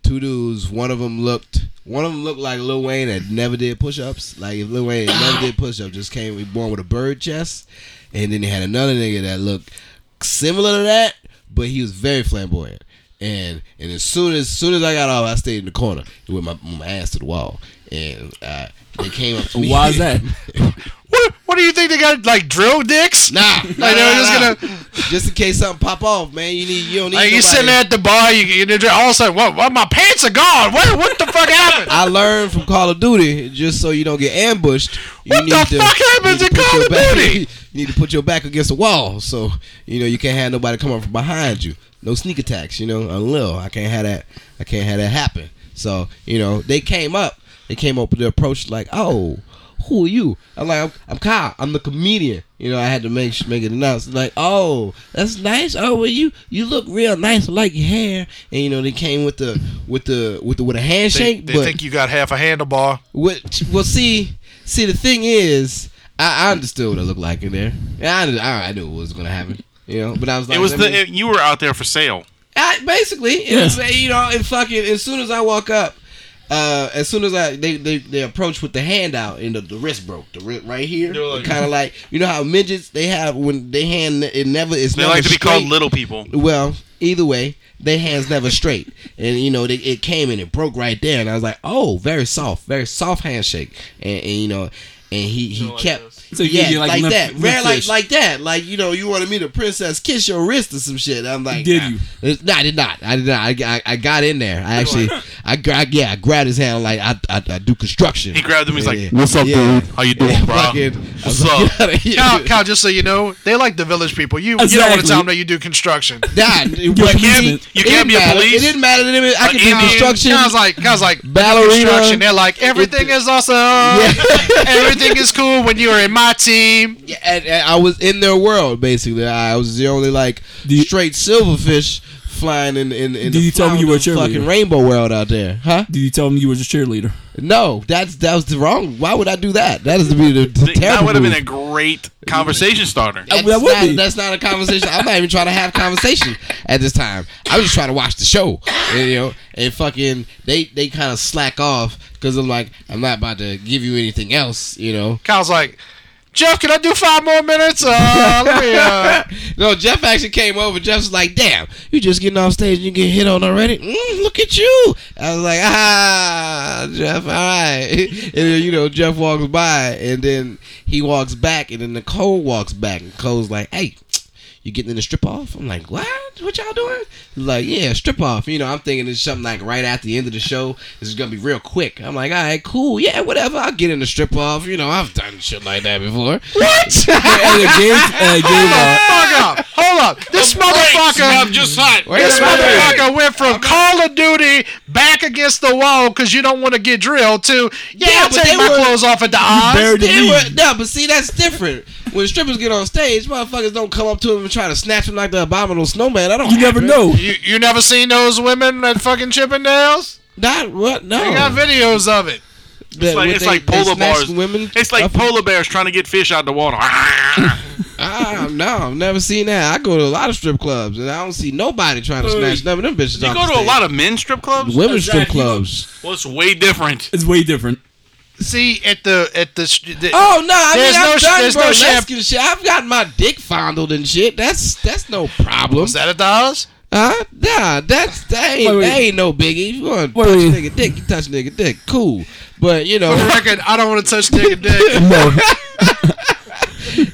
I: two dudes. One of them looked. One of them looked like Lil Wayne that never did push-ups. Like if Lil Wayne never did push-ups, just came born with a bird chest, and then they had another nigga that looked similar to that, but he was very flamboyant. And and as soon as soon as I got off, I stayed in the corner with my, my ass to the wall. And uh, they came up to me.
H: Why is that?
F: what, what do you think they got? Like drill dicks?
I: Nah,
F: Like they were just gonna.
I: just in case something pop off, man. You need you don't need.
F: Like you
I: nobody.
F: sitting at the bar, you, you drink, all of a sudden, what, what? My pants are gone. What? What the fuck happened?
I: I learned from Call of Duty just so you don't get ambushed. You
F: What the fuck happens
I: you
F: in
I: put
F: Call
I: your
F: of
I: back-
F: Duty?
I: You need to put your back against the wall so you know you can't have nobody come up from behind you. No sneak attacks, you know. Unlil, I can't have that. I can't have that happen. So you know they came up. They came up with the approach like, oh. Who are you? I'm like, I'm, I'm Kyle. I'm the comedian. You know, I had to make make it announced. Like, oh, that's nice. Oh, well, you you look real nice. I like your hair. And you know, they came with the with the with the with a
F: They,
I: handshake.
F: they
I: but
F: think you got half a handlebar.
I: what? Well, see, see, the thing is, I, I understood what it looked like in there. And I, knew- I, I knew what was gonna happen. You know, but I was like,
E: It was
I: let
E: the
I: me-
E: it, you were out there for sale.
I: I, basically, it was, you know, and fucking, as soon as I walk up, uh, as soon as I they they, they approach with the hand out and the, the wrist broke, the wrist right here, kind of like you know how midgets they have when they hand it never it's
E: They
I: never
E: like to be called
I: straight.
E: little people.
I: Well, either way, their hands never straight, and you know they, it came and it broke right there, and I was like, oh, very soft, very soft handshake, and, and you know, and he he kept
H: So you-
I: yeah
H: you like
I: like,
H: limp-
I: that,
H: limp
I: rare like
H: fish.
I: like that, like you know you wanted me to princess kiss your wrist or some shit. I'm like,
H: Did
I: nah.
H: you?
I: It's- No, I did not. I did not. I, I, I got in there. I actually, I, gra- yeah, I grabbed his hand like I I, I do construction.
E: He grabbed him. He's
I: Yeah,
E: like,
I: yeah.
E: "What's up,
I: Yeah.
E: dude? How you doing, bro?
I: Fucking- I was
E: What's
I: like,
E: up?"
I: "Get outta here."
F: Kyle, Kyle, just so you know, they like the village people. You, you don't want to
H: Exactly.
F: tell them that you do construction.
I: Nah, you
H: can't-
E: you can't be a police.
I: It didn't matter to me. I
E: An
I: could do
E: Indian
I: construction.
F: Kyle's like, Kyle's like
I: Ballerina.
F: construction. They're like, everything is awesome. everything is cool when you are in my team.
I: Yeah, and, and I was in their world basically. I was the only like
H: Do you-
I: straight silverfish flying in in, in
H: Did
I: the
H: you tell me you were a
I: flounder fucking
H: cheerleader?
I: rainbow world out there, huh?
H: Did you tell him you was a cheerleader?
I: No, that's that was the wrong. Why would I do that? That is the be the, the
E: Th- That
I: terrible.
E: would have been a
I: move.
E: great conversation starter.
I: That's,
H: that would
I: not,
H: be.
I: that's not a conversation. I'm not even trying to have conversation at this time. I'm just trying to watch the show, and, you know. And fucking, they they kind of slack off because I'm like, I'm not about to give you anything else, you know.
F: Kyle's like, Jeff, can I do five more minutes? Uh, let me. Uh,
I: no, Jeff actually came over. Jeff's like, "Damn, you just getting off stage and you get hit on already? Mm, look at you!" I was like, "Ah, Jeff, all right." And then you know, Jeff walks by, and then he walks back, and then Nicole walks back, and Nicole's like, "Hey." You getting in the strip off? I'm like, what? What y'all doing? He's like, yeah, strip off. You know, I'm thinking it's something like right at the end of the show. This is gonna be real quick. I'm like, all right, cool, yeah, whatever. I'll get in the strip off. You know, I've done shit like that before. What?
H: And it gave- and it gave, uh,
F: fuck up. Hold up. This motherfucker.
E: I'm just hot.
F: This
I: a minute.
F: motherfucker went from Call of Duty back against the wall because you don't want to get drilled to yeah,
I: Yeah,
F: I'll
I: but they
F: take my
I: were-
F: clothes off at the
H: buried
F: odds.
H: the
I: They
H: lead.
I: were, no, but see, that's different. When strippers get on stage, motherfuckers don't come up to them and try to snatch them like the abominable snowman. I don't.
H: You never know.
F: You, you never seen those women at fucking Chippendales?
I: Not what? No.
F: They got videos of it.
E: It's like, it's like polar bears.
I: Women.
E: It's like polar bears trying to get fish out the water.
I: Ah, no, I've never seen that. I go to a lot of strip clubs and I don't see nobody trying to snatch none of them bitches.
E: Uh, you
I: off
E: go
I: the
E: to a
I: stage.
E: lot of men's strip clubs?
I: women strip
H: Exactly.
I: clubs.
E: Well, it's way different.
H: It's way different.
F: See at the at the. sh- the
I: Oh no! I
F: There's
I: mean,
F: no
I: I've
F: sh-
I: done
F: there's no
I: burlesque
F: shampoo.
I: and shit. I've gotten my dick fondled and shit. That's that's no problem.
F: was that at the odds?
I: Huh? Nah, that's that ain't,
H: Wait, wait.
I: that ain't no biggie. If you want to
H: Wait,
I: touch
H: wait.
I: nigga dick, you touch nigga dick. Cool, but you know,
F: For the record, I don't want to touch nigga dick.
H: No.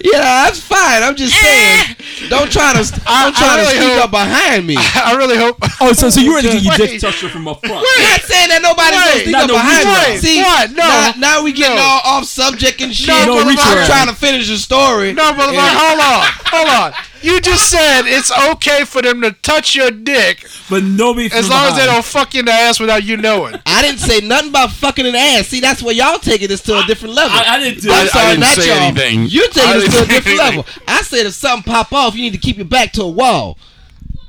I: yeah, that's fine. I'm just saying, don't try to
F: I-
I: don't try
F: I
I: to
F: really
I: sneak
F: hope-
I: up behind me.
F: I really hope.
H: Oh, so so you ready to get your
F: Wait.
H: dick tucked from up front?
I: I'm not saying that nobody's gonna
F: Wait.
I: sneak
H: Not
I: up
H: no
I: behind me.
H: reach
F: around.
I: See,
F: What? No.
I: now, now we getting
F: No.
I: all off subject and shit.
F: No,
H: reach
I: I'm
H: around.
I: trying to finish the story.
F: No, but
I: And-
F: like, hold on, hold on. You just said it's okay for them to touch your dick
H: But nobody.
F: as
H: from
F: long as they
H: behind.
F: don't fuck you in the ass without you knowing.
I: I didn't say nothing about fucking an ass. See, that's where y'all taking this to a different level.
H: I, I didn't do
I: I'm
H: it.
I: sorry,
E: didn't
I: not
E: say
I: y'all.
E: anything.
I: You're
E: I
I: taking it
E: didn't
I: to a
E: say
I: different
E: anything.
I: level. I said if something pop off, you need to keep your back to a wall.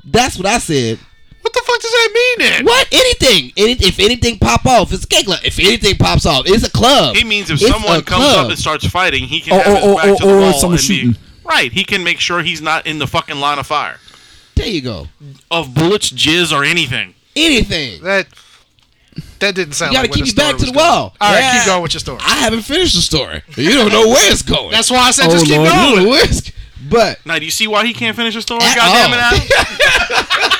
I: That's what I said.
F: What the fuck does that mean then?
I: What? Anything? Any, if anything pop off, it's a gay club. If anything pops off, it's a club.
E: He means if
I: It's
E: someone
I: a
E: comes
I: club. Oh,
E: up and starts fighting, he can
H: Or-
E: have his
H: or-
E: back
H: or-
E: to the
H: or
E: wall
H: someone
E: and
H: shooting.
E: be right. He can make sure he's not in the fucking line of fire
I: There you go.
E: of bullets, jizz, or anything.
I: Anything. You
F: That that didn't sound.
I: gotta
F: like where
I: keep
F: the
I: your
F: story
I: back to
F: was
I: the
F: going.
I: wall.
F: All right,
I: Yeah.
F: keep going with your story.
I: I haven't finished the story. You don't know where it's going.
F: That's why I said
H: Oh,
F: just keep
H: Lord.
I: you
F: going.
I: don't know where it's. But
E: Now, do you see why he can't finish a story?
I: At
E: Goddamn
I: all.
E: it, Adam.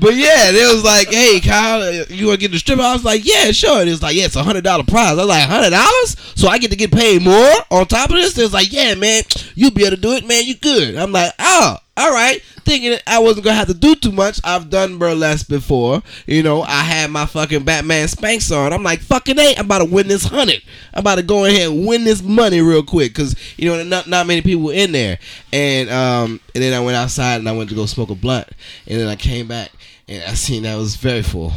I: But yeah, they was like, "Hey, Kyle, uh, you want to get the stripper?" I was like, "Yeah, sure." And it was like, "Yeah, it's a hundred dollar prize." I was like, hundred dollars? So I get to get paid more on top of this?" They was like, "Yeah, man, you'll be able to do it, man. You good?" I'm like, "Oh, all right." Thinking that I wasn't gonna have to do too much. I've done burlesque before. You know, I had my fucking Batman spanks on. I'm like, "Fucking ain't." I'm about to win this hundred. I'm about to go ahead and win this money real quick because you know not not many people in there. And um, and then I went outside and I went to go smoke a blunt, and then I came back and I seen that was very full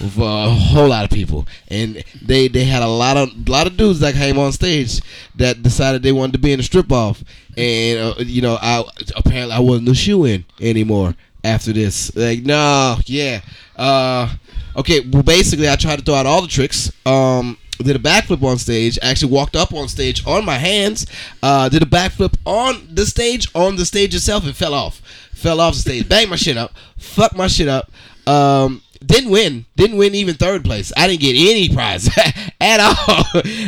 I: of uh, a whole lot of people, and they they had a lot of lot of dudes that came on stage that decided they wanted to be in the strip off, and uh, you know I apparently I wasn't the shoe in anymore after this. Like no, yeah, uh, okay. Well, basically I tried to throw out all the tricks. Um, did a backflip on stage. Actually walked up on stage on my hands. Uh, did a backflip on the stage on the stage itself and fell off. Fell off the stage. Banged my shit up. Fucked my shit up. Um, didn't win. Didn't win even third place. I didn't get any prize at all.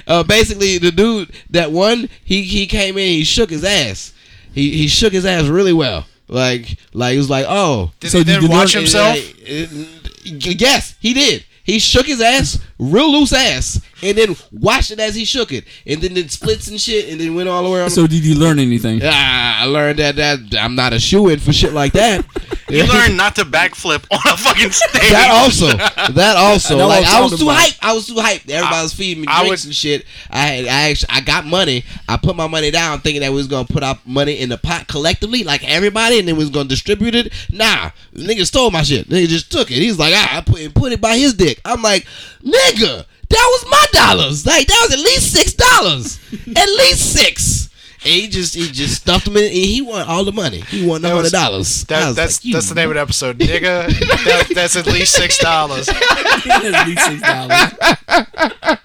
I: Uh, basically, the dude that won, he he came in. He shook his ass. He he shook his ass really well. Like like he was like oh
F: Did he
H: So you
F: then
H: did
F: watch
H: not-
F: himself?
I: yes, he did. He shook his ass, real loose ass, and then watched it as he shook it, and then it splits and shit, and then went all the way around.
H: So did you learn anything?
I: ah, I learned that that I'm not a shoe in for shit like that.
E: You learn not to backflip on a fucking stage.
I: That also, that also,
H: That's what
I: like
H: I'm
I: I was too
H: talking about.
I: hyped. I was too hyped. Everybody was feeding me
F: I
I: drinks
F: would-
I: and shit. I had, I actually, I got money. I put my money down, thinking that we was gonna put our money in the pot collectively, like everybody, and then we was gonna distribute it. Nah, nigga stole my shit. Nigga just took it. He's like, ah, I put and put it by his dick. I'm like, nigga, that was my dollars. Like that was at least six dollars, at least six. And he just he just stuffed them in, and he won all the money. He won
F: was-
I: hundred dollars.
F: That- that's that's the name of the episode, nigga. that, that's at least six dollars.
H: At least $6.
I: I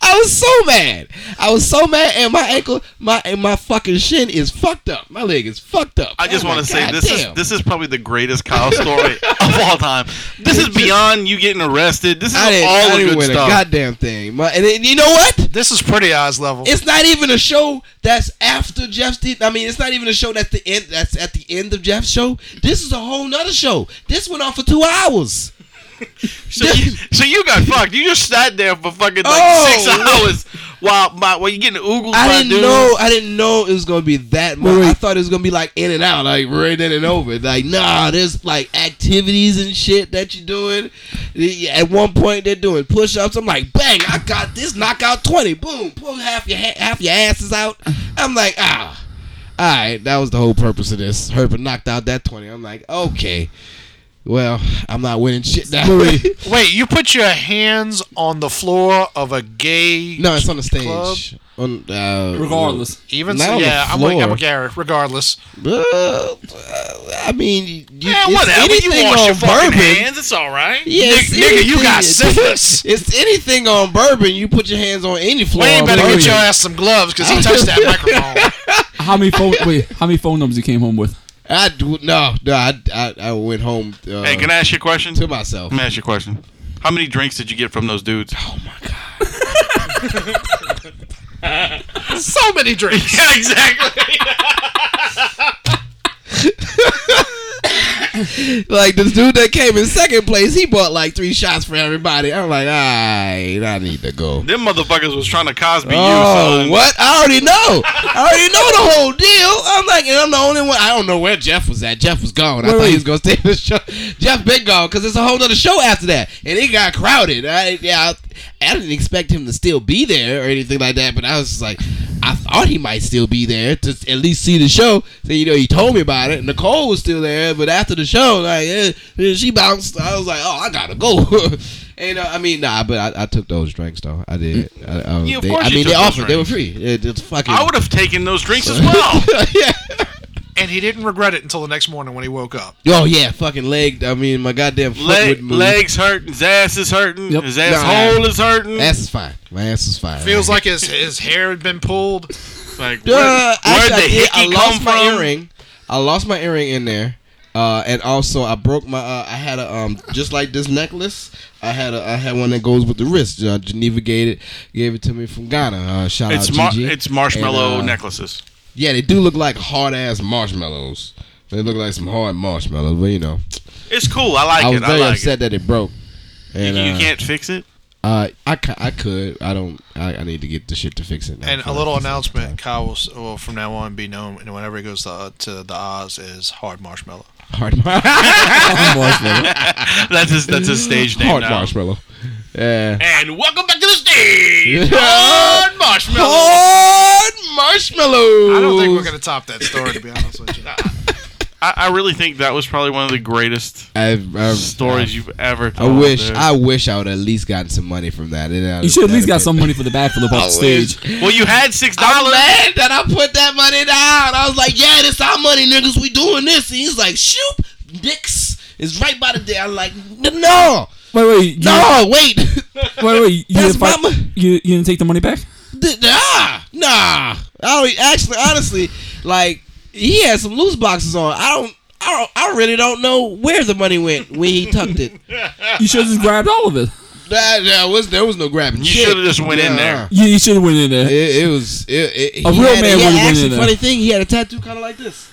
I: I was so mad. I was so mad, and my ankle, my and my fucking shin is fucked up. My leg is fucked up. Oh
K: I just
I: I'm
K: want to
I: like,
K: say
I: "God
K: this
I: damn."
K: is this is probably the greatest Kyle story of all time. This is beyond you getting arrested. This is
I: I didn't,
K: all
I: I
K: the
I: didn't
K: good
I: win
K: stuff.
I: a goddamn thing. My, and then, you know what?
F: This is pretty Oz level.
I: It's not even a show that's after Jeff's. de- I mean, it's not even a show that's the end. That's at the end of Jeff's show. This is a whole nother show. This went on for two hours.
K: so, you, so you got fucked. You just sat there for fucking like
I: Oh,
K: six hours while my while you getting oogled
I: I
K: by
I: didn't
K: dudes.
I: know. I didn't know it was gonna be that much. I thought it was gonna be like in and out, like right in and over. Like nah, there's like activities and shit that you're doing. At one point, they're doing push-ups. I'm like, bang! I got this knockout twenty. Boom! Pull half your ha- half your asses out. I'm like, ah. All right, that was the whole purpose of this. Herbert knocked out that twenty. I'm like, okay, well, I'm not winning shit that way.
F: Wait, you put your hands on the floor of a gay.
I: No, it's on the stage.
F: Club?
I: On uh,
H: Regardless,
F: Even
I: Not
F: so,
I: on the
F: yeah, I'm like I'm
I: floor.
F: a Garrett. Regardless,
I: Uh, I mean, you,
K: Man,
I: it's
K: whatever.
I: anything
K: you wash your
I: on
K: fucking
I: bourbon.
K: hands. It's all right.
I: Yeah, it's
F: Nigga, you
I: anything-
F: got
I: it's-
F: syphilis.
I: It's anything on bourbon. You put your hands on any floor.
F: Wayne
I: on
F: better
I: bourbon.
F: get your ass some gloves because he touched that microphone.
H: how many phone? wait, how many phone numbers you came home with?
I: I do, no, no. I, I, I went home uh,
E: Hey, can I ask you a question?
I: to myself.
E: Let me ask you a question. How many drinks did you get from those dudes?
I: Oh.
F: so many drinks.
K: Yeah, exactly.
I: Like this dude that came in second place, he bought like three shots for everybody. I'm like, all right, I need to go.
E: Them motherfuckers was trying to Cosby you,
I: Oh,
E: son.
I: what? I already know. I already know the whole deal. I'm like, and I'm the only one. I don't know where Jeff was at. Jeff was gone. I thought he was gonna stay in the show. Jeff been gone because it's a whole other show after that, and it got crowded. I, yeah, I, I didn't expect him to still be there or anything like that, but I was just like, I thought he might still be there to at least see the show. So you know, he told me about it. Nicole was still there, but after the show, like eh, eh, she bounced. I was like, oh, I gotta go. And uh, I mean, nah, but I, I took those drinks though. I did. I, I,
E: Yeah, of
I: they-
E: course
I: I
E: you
I: mean,
E: took
I: they
E: those
I: offered. They were
E: drinks.
I: free. It, it's fucking.
E: I would have taken those drinks as well.
I: yeah.
F: and he didn't regret it until the next morning when he woke up.
I: Oh yeah, fucking leg. I mean, my goddamn foot
E: Leg,
I: would move.
E: legs hurting, his ass is hurting,
H: Yep.
E: his asshole is hurting.
I: Ass is fine. My ass is fine.
F: Feels like his his hair had been pulled.
E: like,
I: Uh,
E: where,
I: actually,
E: where'd
I: I
E: the
I: did- I
E: hickey
I: lost
E: come
I: my
E: from?
I: earring. I lost my earring in there. Uh, and also, I broke my. Uh, I had a um, just like this necklace. I had a. I had one that goes with the wrist. Uh, Geneva gave it, gave it to me from Ghana. Uh, shout
E: It's
I: out
E: mar-
I: Gigi.
E: it's marshmallow
I: And, uh,
E: necklaces.
I: Yeah, they do look like hard ass marshmallows. They look like some hard marshmallows, but you know,
E: It's cool. I like
I: I was
E: it. I
I: very
E: like
I: upset that it broke.
E: it.
I: And,
E: you, you
I: uh,
E: can't fix it.
I: Uh, I, ca- I could. I don't. I, I need to get the shit to fix it. Now
F: And a
I: Before I
F: little
I: fix it.
F: announcement: Kyle will, s- will from now on be known and whenever he goes to, uh, to the Oz is hard marshmallow.
I: Hard, mar-
E: That's his. That's his stage name
I: hard
E: now.
I: marshmallow. Yeah.
K: and welcome back to the stage.
I: Yeah.
K: Hard marshmallow.
I: Hard marshmallow.
F: I don't think we're gonna top that story, to be honest with you.
E: I, I really think that was probably one of the greatest
I: I, I,
E: stories you've ever
I: I
E: told.
I: wish.
E: dude.
I: I wish I would at least gotten some money from that. And I-
H: You should at least
I: that'd
H: got
I: been-
H: some money for the bag for the off stage.
E: well, you had six
I: I'm
E: dollars.
I: mad that I put that money down. I was like, yeah, this our money, niggas. We doing this. And he's like, shoot, dicks. It's right by the day. I'm like, "N- no,
H: Wait, wait, you,
I: no, wait.
H: wait, wait. You
I: That's
H: didn't, fight-
I: my mo-
H: you, you didn't take the money back?
I: Th- Nah, nah. I don't actually, honestly, like he had some loose boxes on. I don't, I don't, I really don't know where the money went when he tucked it.
H: You should have just grabbed all of it.
I: Nah, nah, was there was no grabbing.
E: You
I: shit.
E: should have just went in
I: Nah.
E: there.
H: You, you should have went in there.
I: It, it was it, it,
H: A
I: he
H: real
I: had-
H: man
I: he had
H: would've went
I: actually
H: in there.
I: Funny thing, he had a tattoo kind of like this,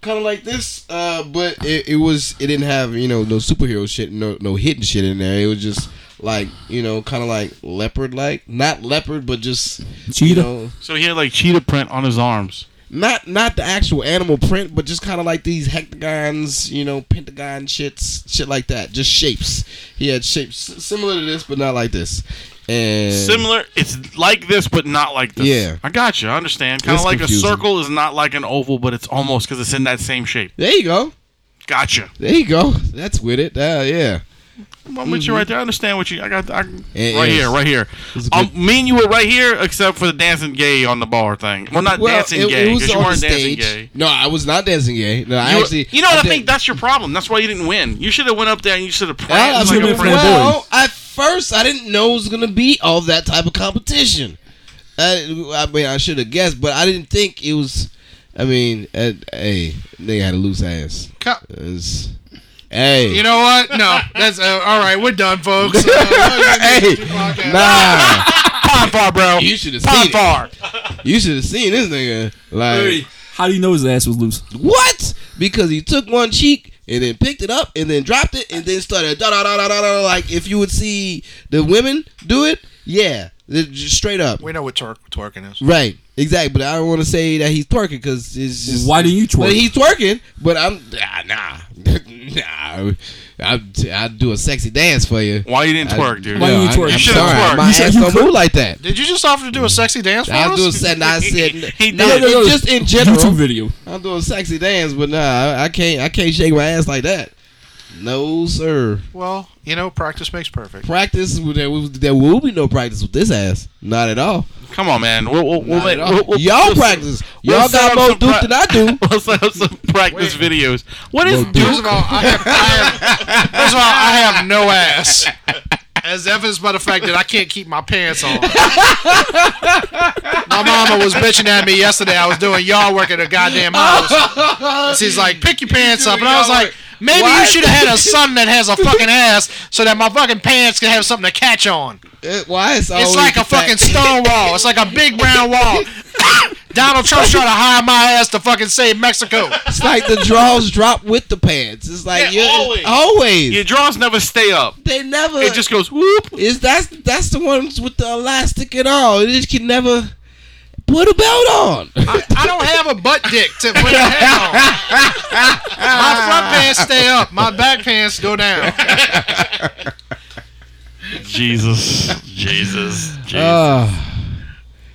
I: kind of like this. Uh, but it, it was it didn't have you know no superhero shit, no no hidden shit in there. It was just like you know kind of like leopard like, not leopard, but just you
H: Cheetah.
I: know
E: So he had like cheetah print on his arms.
I: not not the actual animal print, but just kind of like these hectagons, you know, pentagon shits, shit like that. Just shapes. He had shapes s- similar to this, but not like this. And
E: Similar. It's like this, but not like this.
I: Yeah.
E: I got you. I understand. Kind of
I: It's
E: like
I: confusing.
E: a circle is not like an oval, but it's almost because it's in that same shape.
I: There you go.
E: Gotcha.
I: There you go. That's with it. Uh, yeah.
E: I'm with you right there. I understand what you. I got. I, right
I: Mm-hmm. It is.
E: here, right here.
I: It's good.
E: Um, me and you were right here, except for the dancing gay on the bar thing. Well, not dancing gay. 'cause you weren't dancing gay.
I: No, I was not dancing gay. No, I
E: You, were-
I: actually.
E: you know what I,
I: did-
E: think? That's your problem. That's why you didn't win. You should have went up there and you should have
I: I
E: pranced
I: was
E: like
H: gonna
E: a
H: be
E: friend.
H: playing
I: well, I first, I didn't know it was gonna be all that type of competition. I, I mean, I should have guessed, but I didn't think it was. I mean, uh, hey, they had a loose ass.
F: Co-
I: It's- hey,
F: You know what? No, that's uh, all right. We're done, folks. Uh,
I: hey, nah,
F: Pop far, bro.
I: you should have
F: Pop
I: seen it.
F: far.
I: You should have seen this nigga. Like
H: How do you know his ass was loose?
I: what? Because he took one cheek and then picked it up and then dropped it and then started da da da da da da. Like if you would see the women do it, yeah, they're just straight up.
F: We know what twer- twerking is.
I: Right, exactly. But I don't want to say that he's twerking because it's just
H: Why do you twerk?
I: But he's twerking. But I'm ah, nah nah. I I do a sexy dance for you.
E: Why you didn't twerk, dude?
H: Why you
I: No,
H: twerk?
I: I,
H: You
I: am
E: should've
I: sorry,
E: twerked.
I: my
H: You should-
I: ass
H: you
I: don't
H: could-
I: move like that.
F: Did you just offer to do a sexy dance for
I: I'll
F: us?
I: do a set. I said
E: He
I: no,
E: did.
I: it just in
H: YouTube
I: general.
H: video.
I: I'm doing sexy dance, but nah, I, I can't. I can't shake my ass like that. No, sir.
F: Well, you know, practice makes perfect.
I: Practice with- there, will- there will be no practice with this ass. Not at all.
E: Come on, man. We'll, we'll, we'll
I: Not
E: make,
I: at all.
E: we'll, we'll,
I: Y'all
E: we'll-
I: practice.
E: we'll
I: Y'all
E: set up
I: got more
E: some
I: Duke
E: pra-
I: than I do.
E: We'll set up some practice videos. What is Duke?
F: First of all, I have, I have, first of all, I have no ass. As evidenced by the fact that I can't keep my pants on. my mama was bitching at me yesterday. I was doing yard work at a goddamn house. And she's like, pick your pants up. And I was like, maybe you should have had a son that has a fucking ass so that my fucking pants can have something to catch on.
I: Uh, Why it's always
H: Oh,
F: It's like a
I: the fact-
F: fucking stone wall. It's like a big round wall. Donald Trump's trying to hide my ass to fucking save Mexico.
I: It's like the draws drop with the pants. It's like
E: Yeah,
I: you're,
E: always.
I: always.
E: Your draws never stay up.
I: They never.
E: It just goes whoop.
I: is that's that's the ones with the elastic at all. It just can never put a belt on.
F: I, I don't have a butt dick to put a hat on. My front pants stay up. My back pants go down.
E: Jesus, Jesus, Jesus.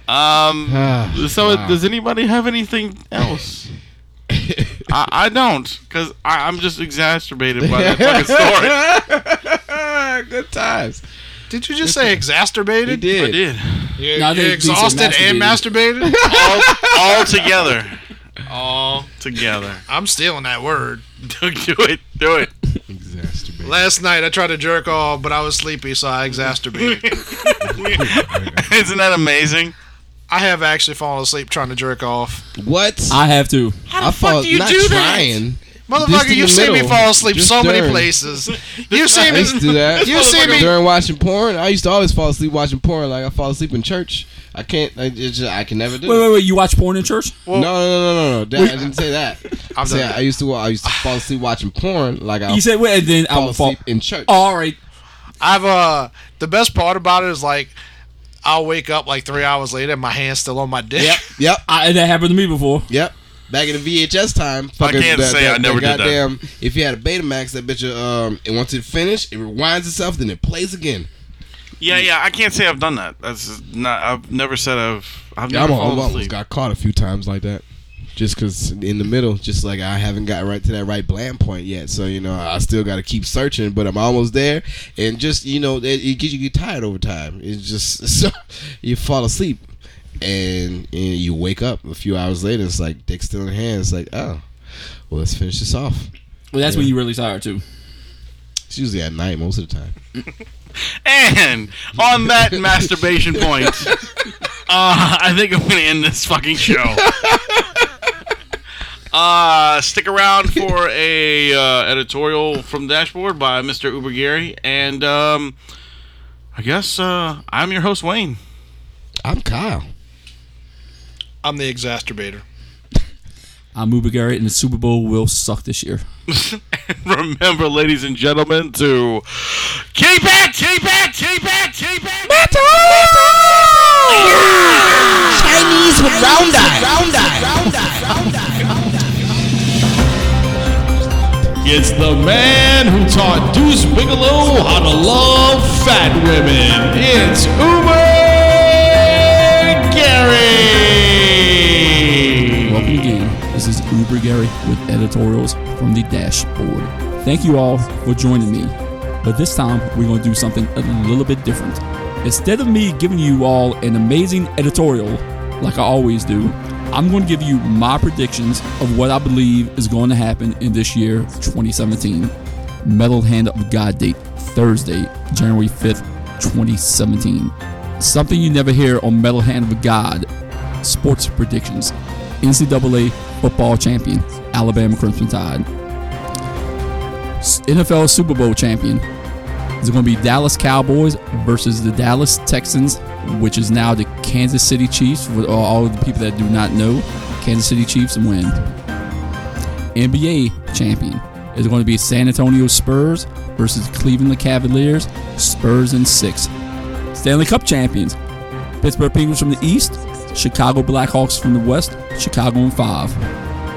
I: Ah,
E: um.
I: ah.
E: So, does anybody have anything else? I, I don't, cause I, I'm just exacerbated by that fucking story. I
I: Good times.
F: Did you just say exacerbated?
I: He did.
E: did
F: You,
H: No, I
F: you
H: think he said
F: exhausted and masturbated?
E: all, all together, all together.
F: I'm stealing that word.
E: do it, do it.
F: Last night I tried to jerk off, but I was sleepy, so I exacerbated.
E: Isn't that amazing?
F: I have actually fallen asleep trying to jerk off.
I: What?
H: I have to.
I: How the I fuck do you not
F: do that?
I: trying.
F: Motherfucker,
I: in
F: you've
I: the
F: seen me
I: middle.
F: fall asleep
I: Just
F: so many
I: during.
F: places. You've seen
I: I
F: me.
I: used to do that.
F: You see me-
I: during watching porn. I used to always fall asleep watching porn. Like I fall asleep in church. I can't. I, it's just, I can never do.
H: Wait,
I: it.
H: wait, wait. You watch porn in church?
I: no, no, no, no, no. That, I didn't say that. i
F: I've done
I: I used to. wa- I used to fall asleep watching porn. Like I
H: You said, wait, and then
I: Oh.
H: I
I: fall
H: would fall.
I: asleep in church.
H: All right.
F: I've uh the best part about it is like I'll wake up like three hours later and my hand's still on my dick.
I: Yep, yep,
H: I, that happened to me before.
I: yep. Back in the VHS time, fucking
E: can't say I never did that.
I: goddamn, that. If you had a Betamax, that bitch, um, and once it finished, it rewinds itself, then it plays again.
E: Yeah, yeah. I can't say I've done that. That's just not. I've never said I've. I've
I: Yeah, I'm
E: never
I: al-
E: fallen
I: almost
E: asleep.
I: got caught a few times like that. Just because in the middle, just like I haven't got right to that right bland point yet. So, you know, I still got to keep searching, but I'm almost there. And just, you know, it, it gets you get tired over time. It's just, so you fall asleep and, and you wake up a few hours later. It's like, dick still in hand. It's like, oh, well, let's finish this off.
H: Well, that's when you really tired too.
I: It's usually at night most of the time.
E: And on that masturbation point, uh, I think I'm going to end this fucking show. Uh, stick around for a uh, editorial from Dashboard by Mr. Uber Gary, and um, I guess uh, I'm your host Wayne.
I: I'm Kyle.
F: I'm the exacerbator.
H: I'm Uber Garrett, and Uh, the Super Bowl will suck this year.
E: Remember, ladies and gentlemen, to keep it, keep it, keep it, keep it.
I: Chinese with round eye. Round eye.
L: It's the man who taught Deuce Bigelow how to love fat women. It's Uber Gary.
H: Welcome again. This is Uber Gary with editorials from the dashboard. Thank you all for joining me. But this time, we're going to do something a little bit different. Instead of me giving you all an amazing editorial, like I always do, I'm going to give you my predictions of what I believe is going to happen in this year, 2017. Metal Hand of God date Thursday, January 5th, 2017. Something you never hear on Metal Hand of God Sports Predictions NCAA Football Champion, Alabama Crimson Tide. S- NFL Super Bowl Champion is going to be Dallas Cowboys versus the Dallas Texans, which is now the Kansas City Chiefs. For all- all the people that do not know, Kansas City Chiefs win. NBA champion is going to be San Antonio Spurs versus Cleveland Cavaliers, Spurs in six. Stanley Cup champions, Pittsburgh Penguins from the East, Chicago Blackhawks from the West, Chicago in five.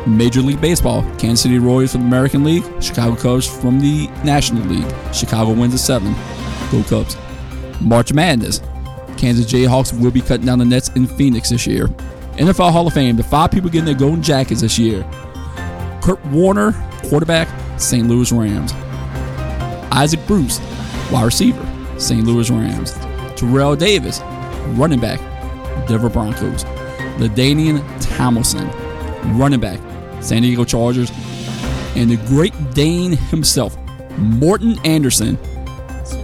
H: Major League Baseball, Kansas City Royals from the American League, Chicago Cubs from the National League, Chicago wins at seven. Go Cubs. March Madness, Kansas Jayhawks will be cutting down the nets in Phoenix this year. NFL Hall of Fame, the five people getting their golden jackets this year. Kurt Warner, quarterback, St. Louis Rams. Isaac Bruce, wide receiver, St. Louis Rams. Terrell Davis, running back, Denver Broncos. Ladanian Tomlinson, running back, San Diego Chargers. And the great Dane himself, Morton Anderson,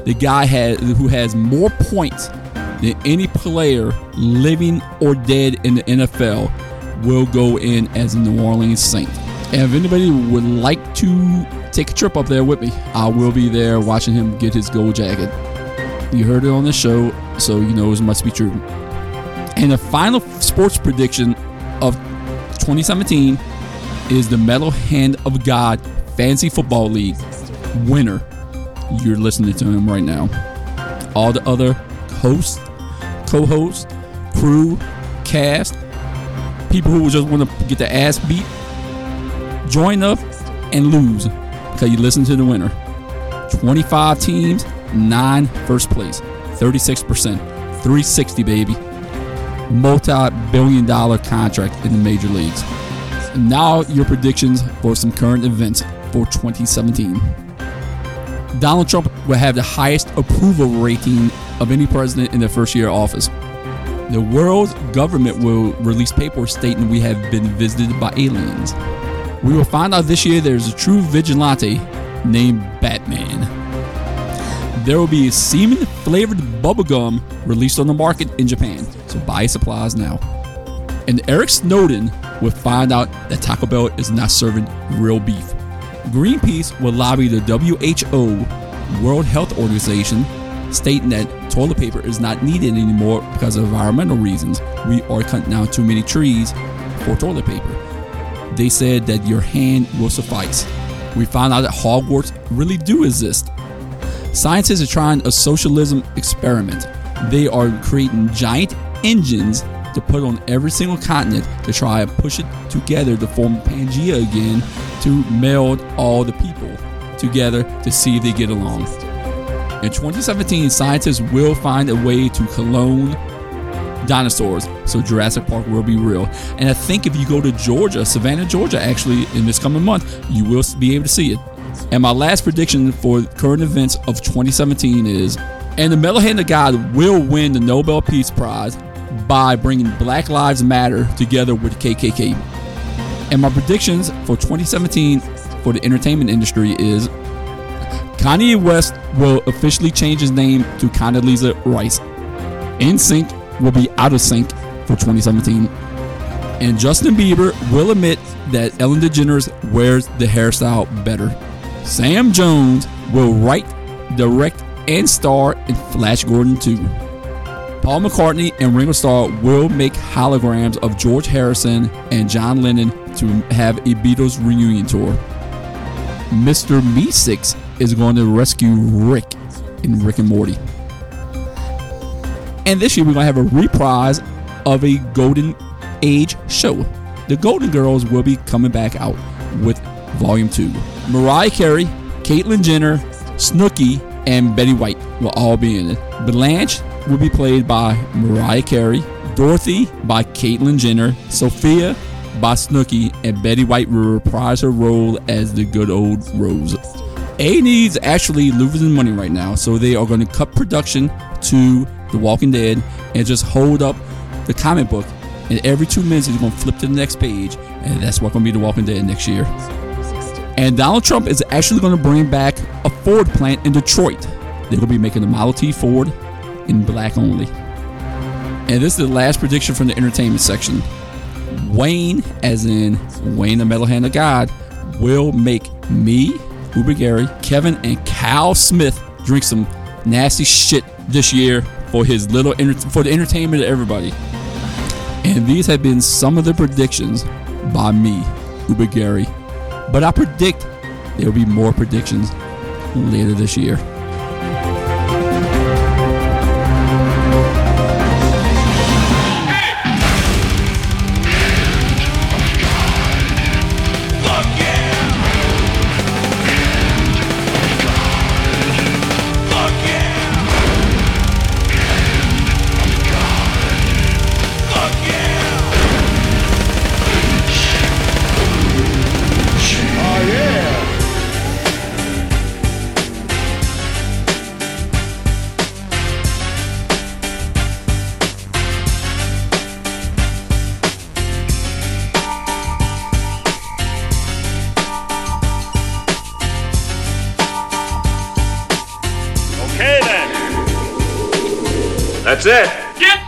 H: the guy had, who has more points than any player living or dead in the NFL will go in as a New Orleans Saint. And if anybody would like to take a trip up there with me, I will be there watching him get his gold jacket. You heard it on the show, so you know it must be true. And the final sports prediction of 2017 is the Metal Hand of God Fantasy Football League winner. You're listening to him right now. All the other hosts, co hosts, crew, cast, people who just want to get their ass beat, join up and lose because you listen to the winner. 25 teams, 9 first place, 36%, 360 baby. Multi billion dollar contract in the major leagues. Now, your predictions for some current events for 2017. Donald Trump will have the highest approval rating of any president in their first year of office. The world's government will release paperwork stating we have been visited by aliens. We will find out this year there's a true vigilante named Batman. There will be semen flavored bubblegum released on the market in Japan, so buy supplies now. And Eric Snowden will find out that Taco Bell is not serving real beef. Greenpeace will lobby the WHO, World Health Organization, stating that toilet paper is not needed anymore because of environmental reasons. We are cutting down too many trees for toilet paper they said that your hand will suffice. We found out that Hogwarts really do exist. Scientists are trying a socialism experiment. They are creating giant engines to put on every single continent to try and push it together to form Pangea again to meld all the people together to see if they get along. In 2017, scientists will find a way to clone dinosaurs. So Jurassic Park will be real. And I think if you go to Georgia, Savannah, Georgia, actually in this coming month, you will be able to see it. And my last prediction for current events of 2017 is, and the metal hand of God will win the Nobel Peace Prize by bringing Black Lives Matter together with KKK. And my predictions for 2017 for the entertainment industry is Kanye West will officially change his name to Condoleezza Rice. NSYNC will be out of sync for 2017. And Justin Bieber will admit that Ellen DeGeneres wears the hairstyle better. Sam Jones will write, direct, and star in Flash Gordon 2. Paul McCartney and Ringo Starr will make holograms of George Harrison and John Lennon to have a Beatles reunion tour. Mr. Meeseeks is going to rescue Rick in Rick and Morty. And this year we're gonna have a reprise of a Golden Age show. The Golden Girls will be coming back out with Volume 2. Mariah Carey, Caitlyn Jenner, Snooki, and Betty White will all be in it. Blanche will be played by Mariah Carey, Dorothy by Caitlyn Jenner, Sophia by Snooki, and Betty White will reprise her role as the good old Rose. A needs actually losing money right now, so they are going to cut production to The Walking Dead and just hold up the comic book. And every two minutes, it's going to flip to the next page, and that's what's going to be The Walking Dead next year. And Donald Trump is actually going to bring back a Ford plant in Detroit. They're going to be making the Model T Ford in black only. And this is the last prediction from the entertainment section. Wayne, as in Wayne the Metal Hand of God, will make me, Uber Gary, Kevin, and Kyle Smith drink some nasty shit this year for his little enter- for the entertainment of everybody. And these have been some of the predictions by me, Uber Gary. But I predict there will be more predictions later this year.
A: Okay then. That's it. Get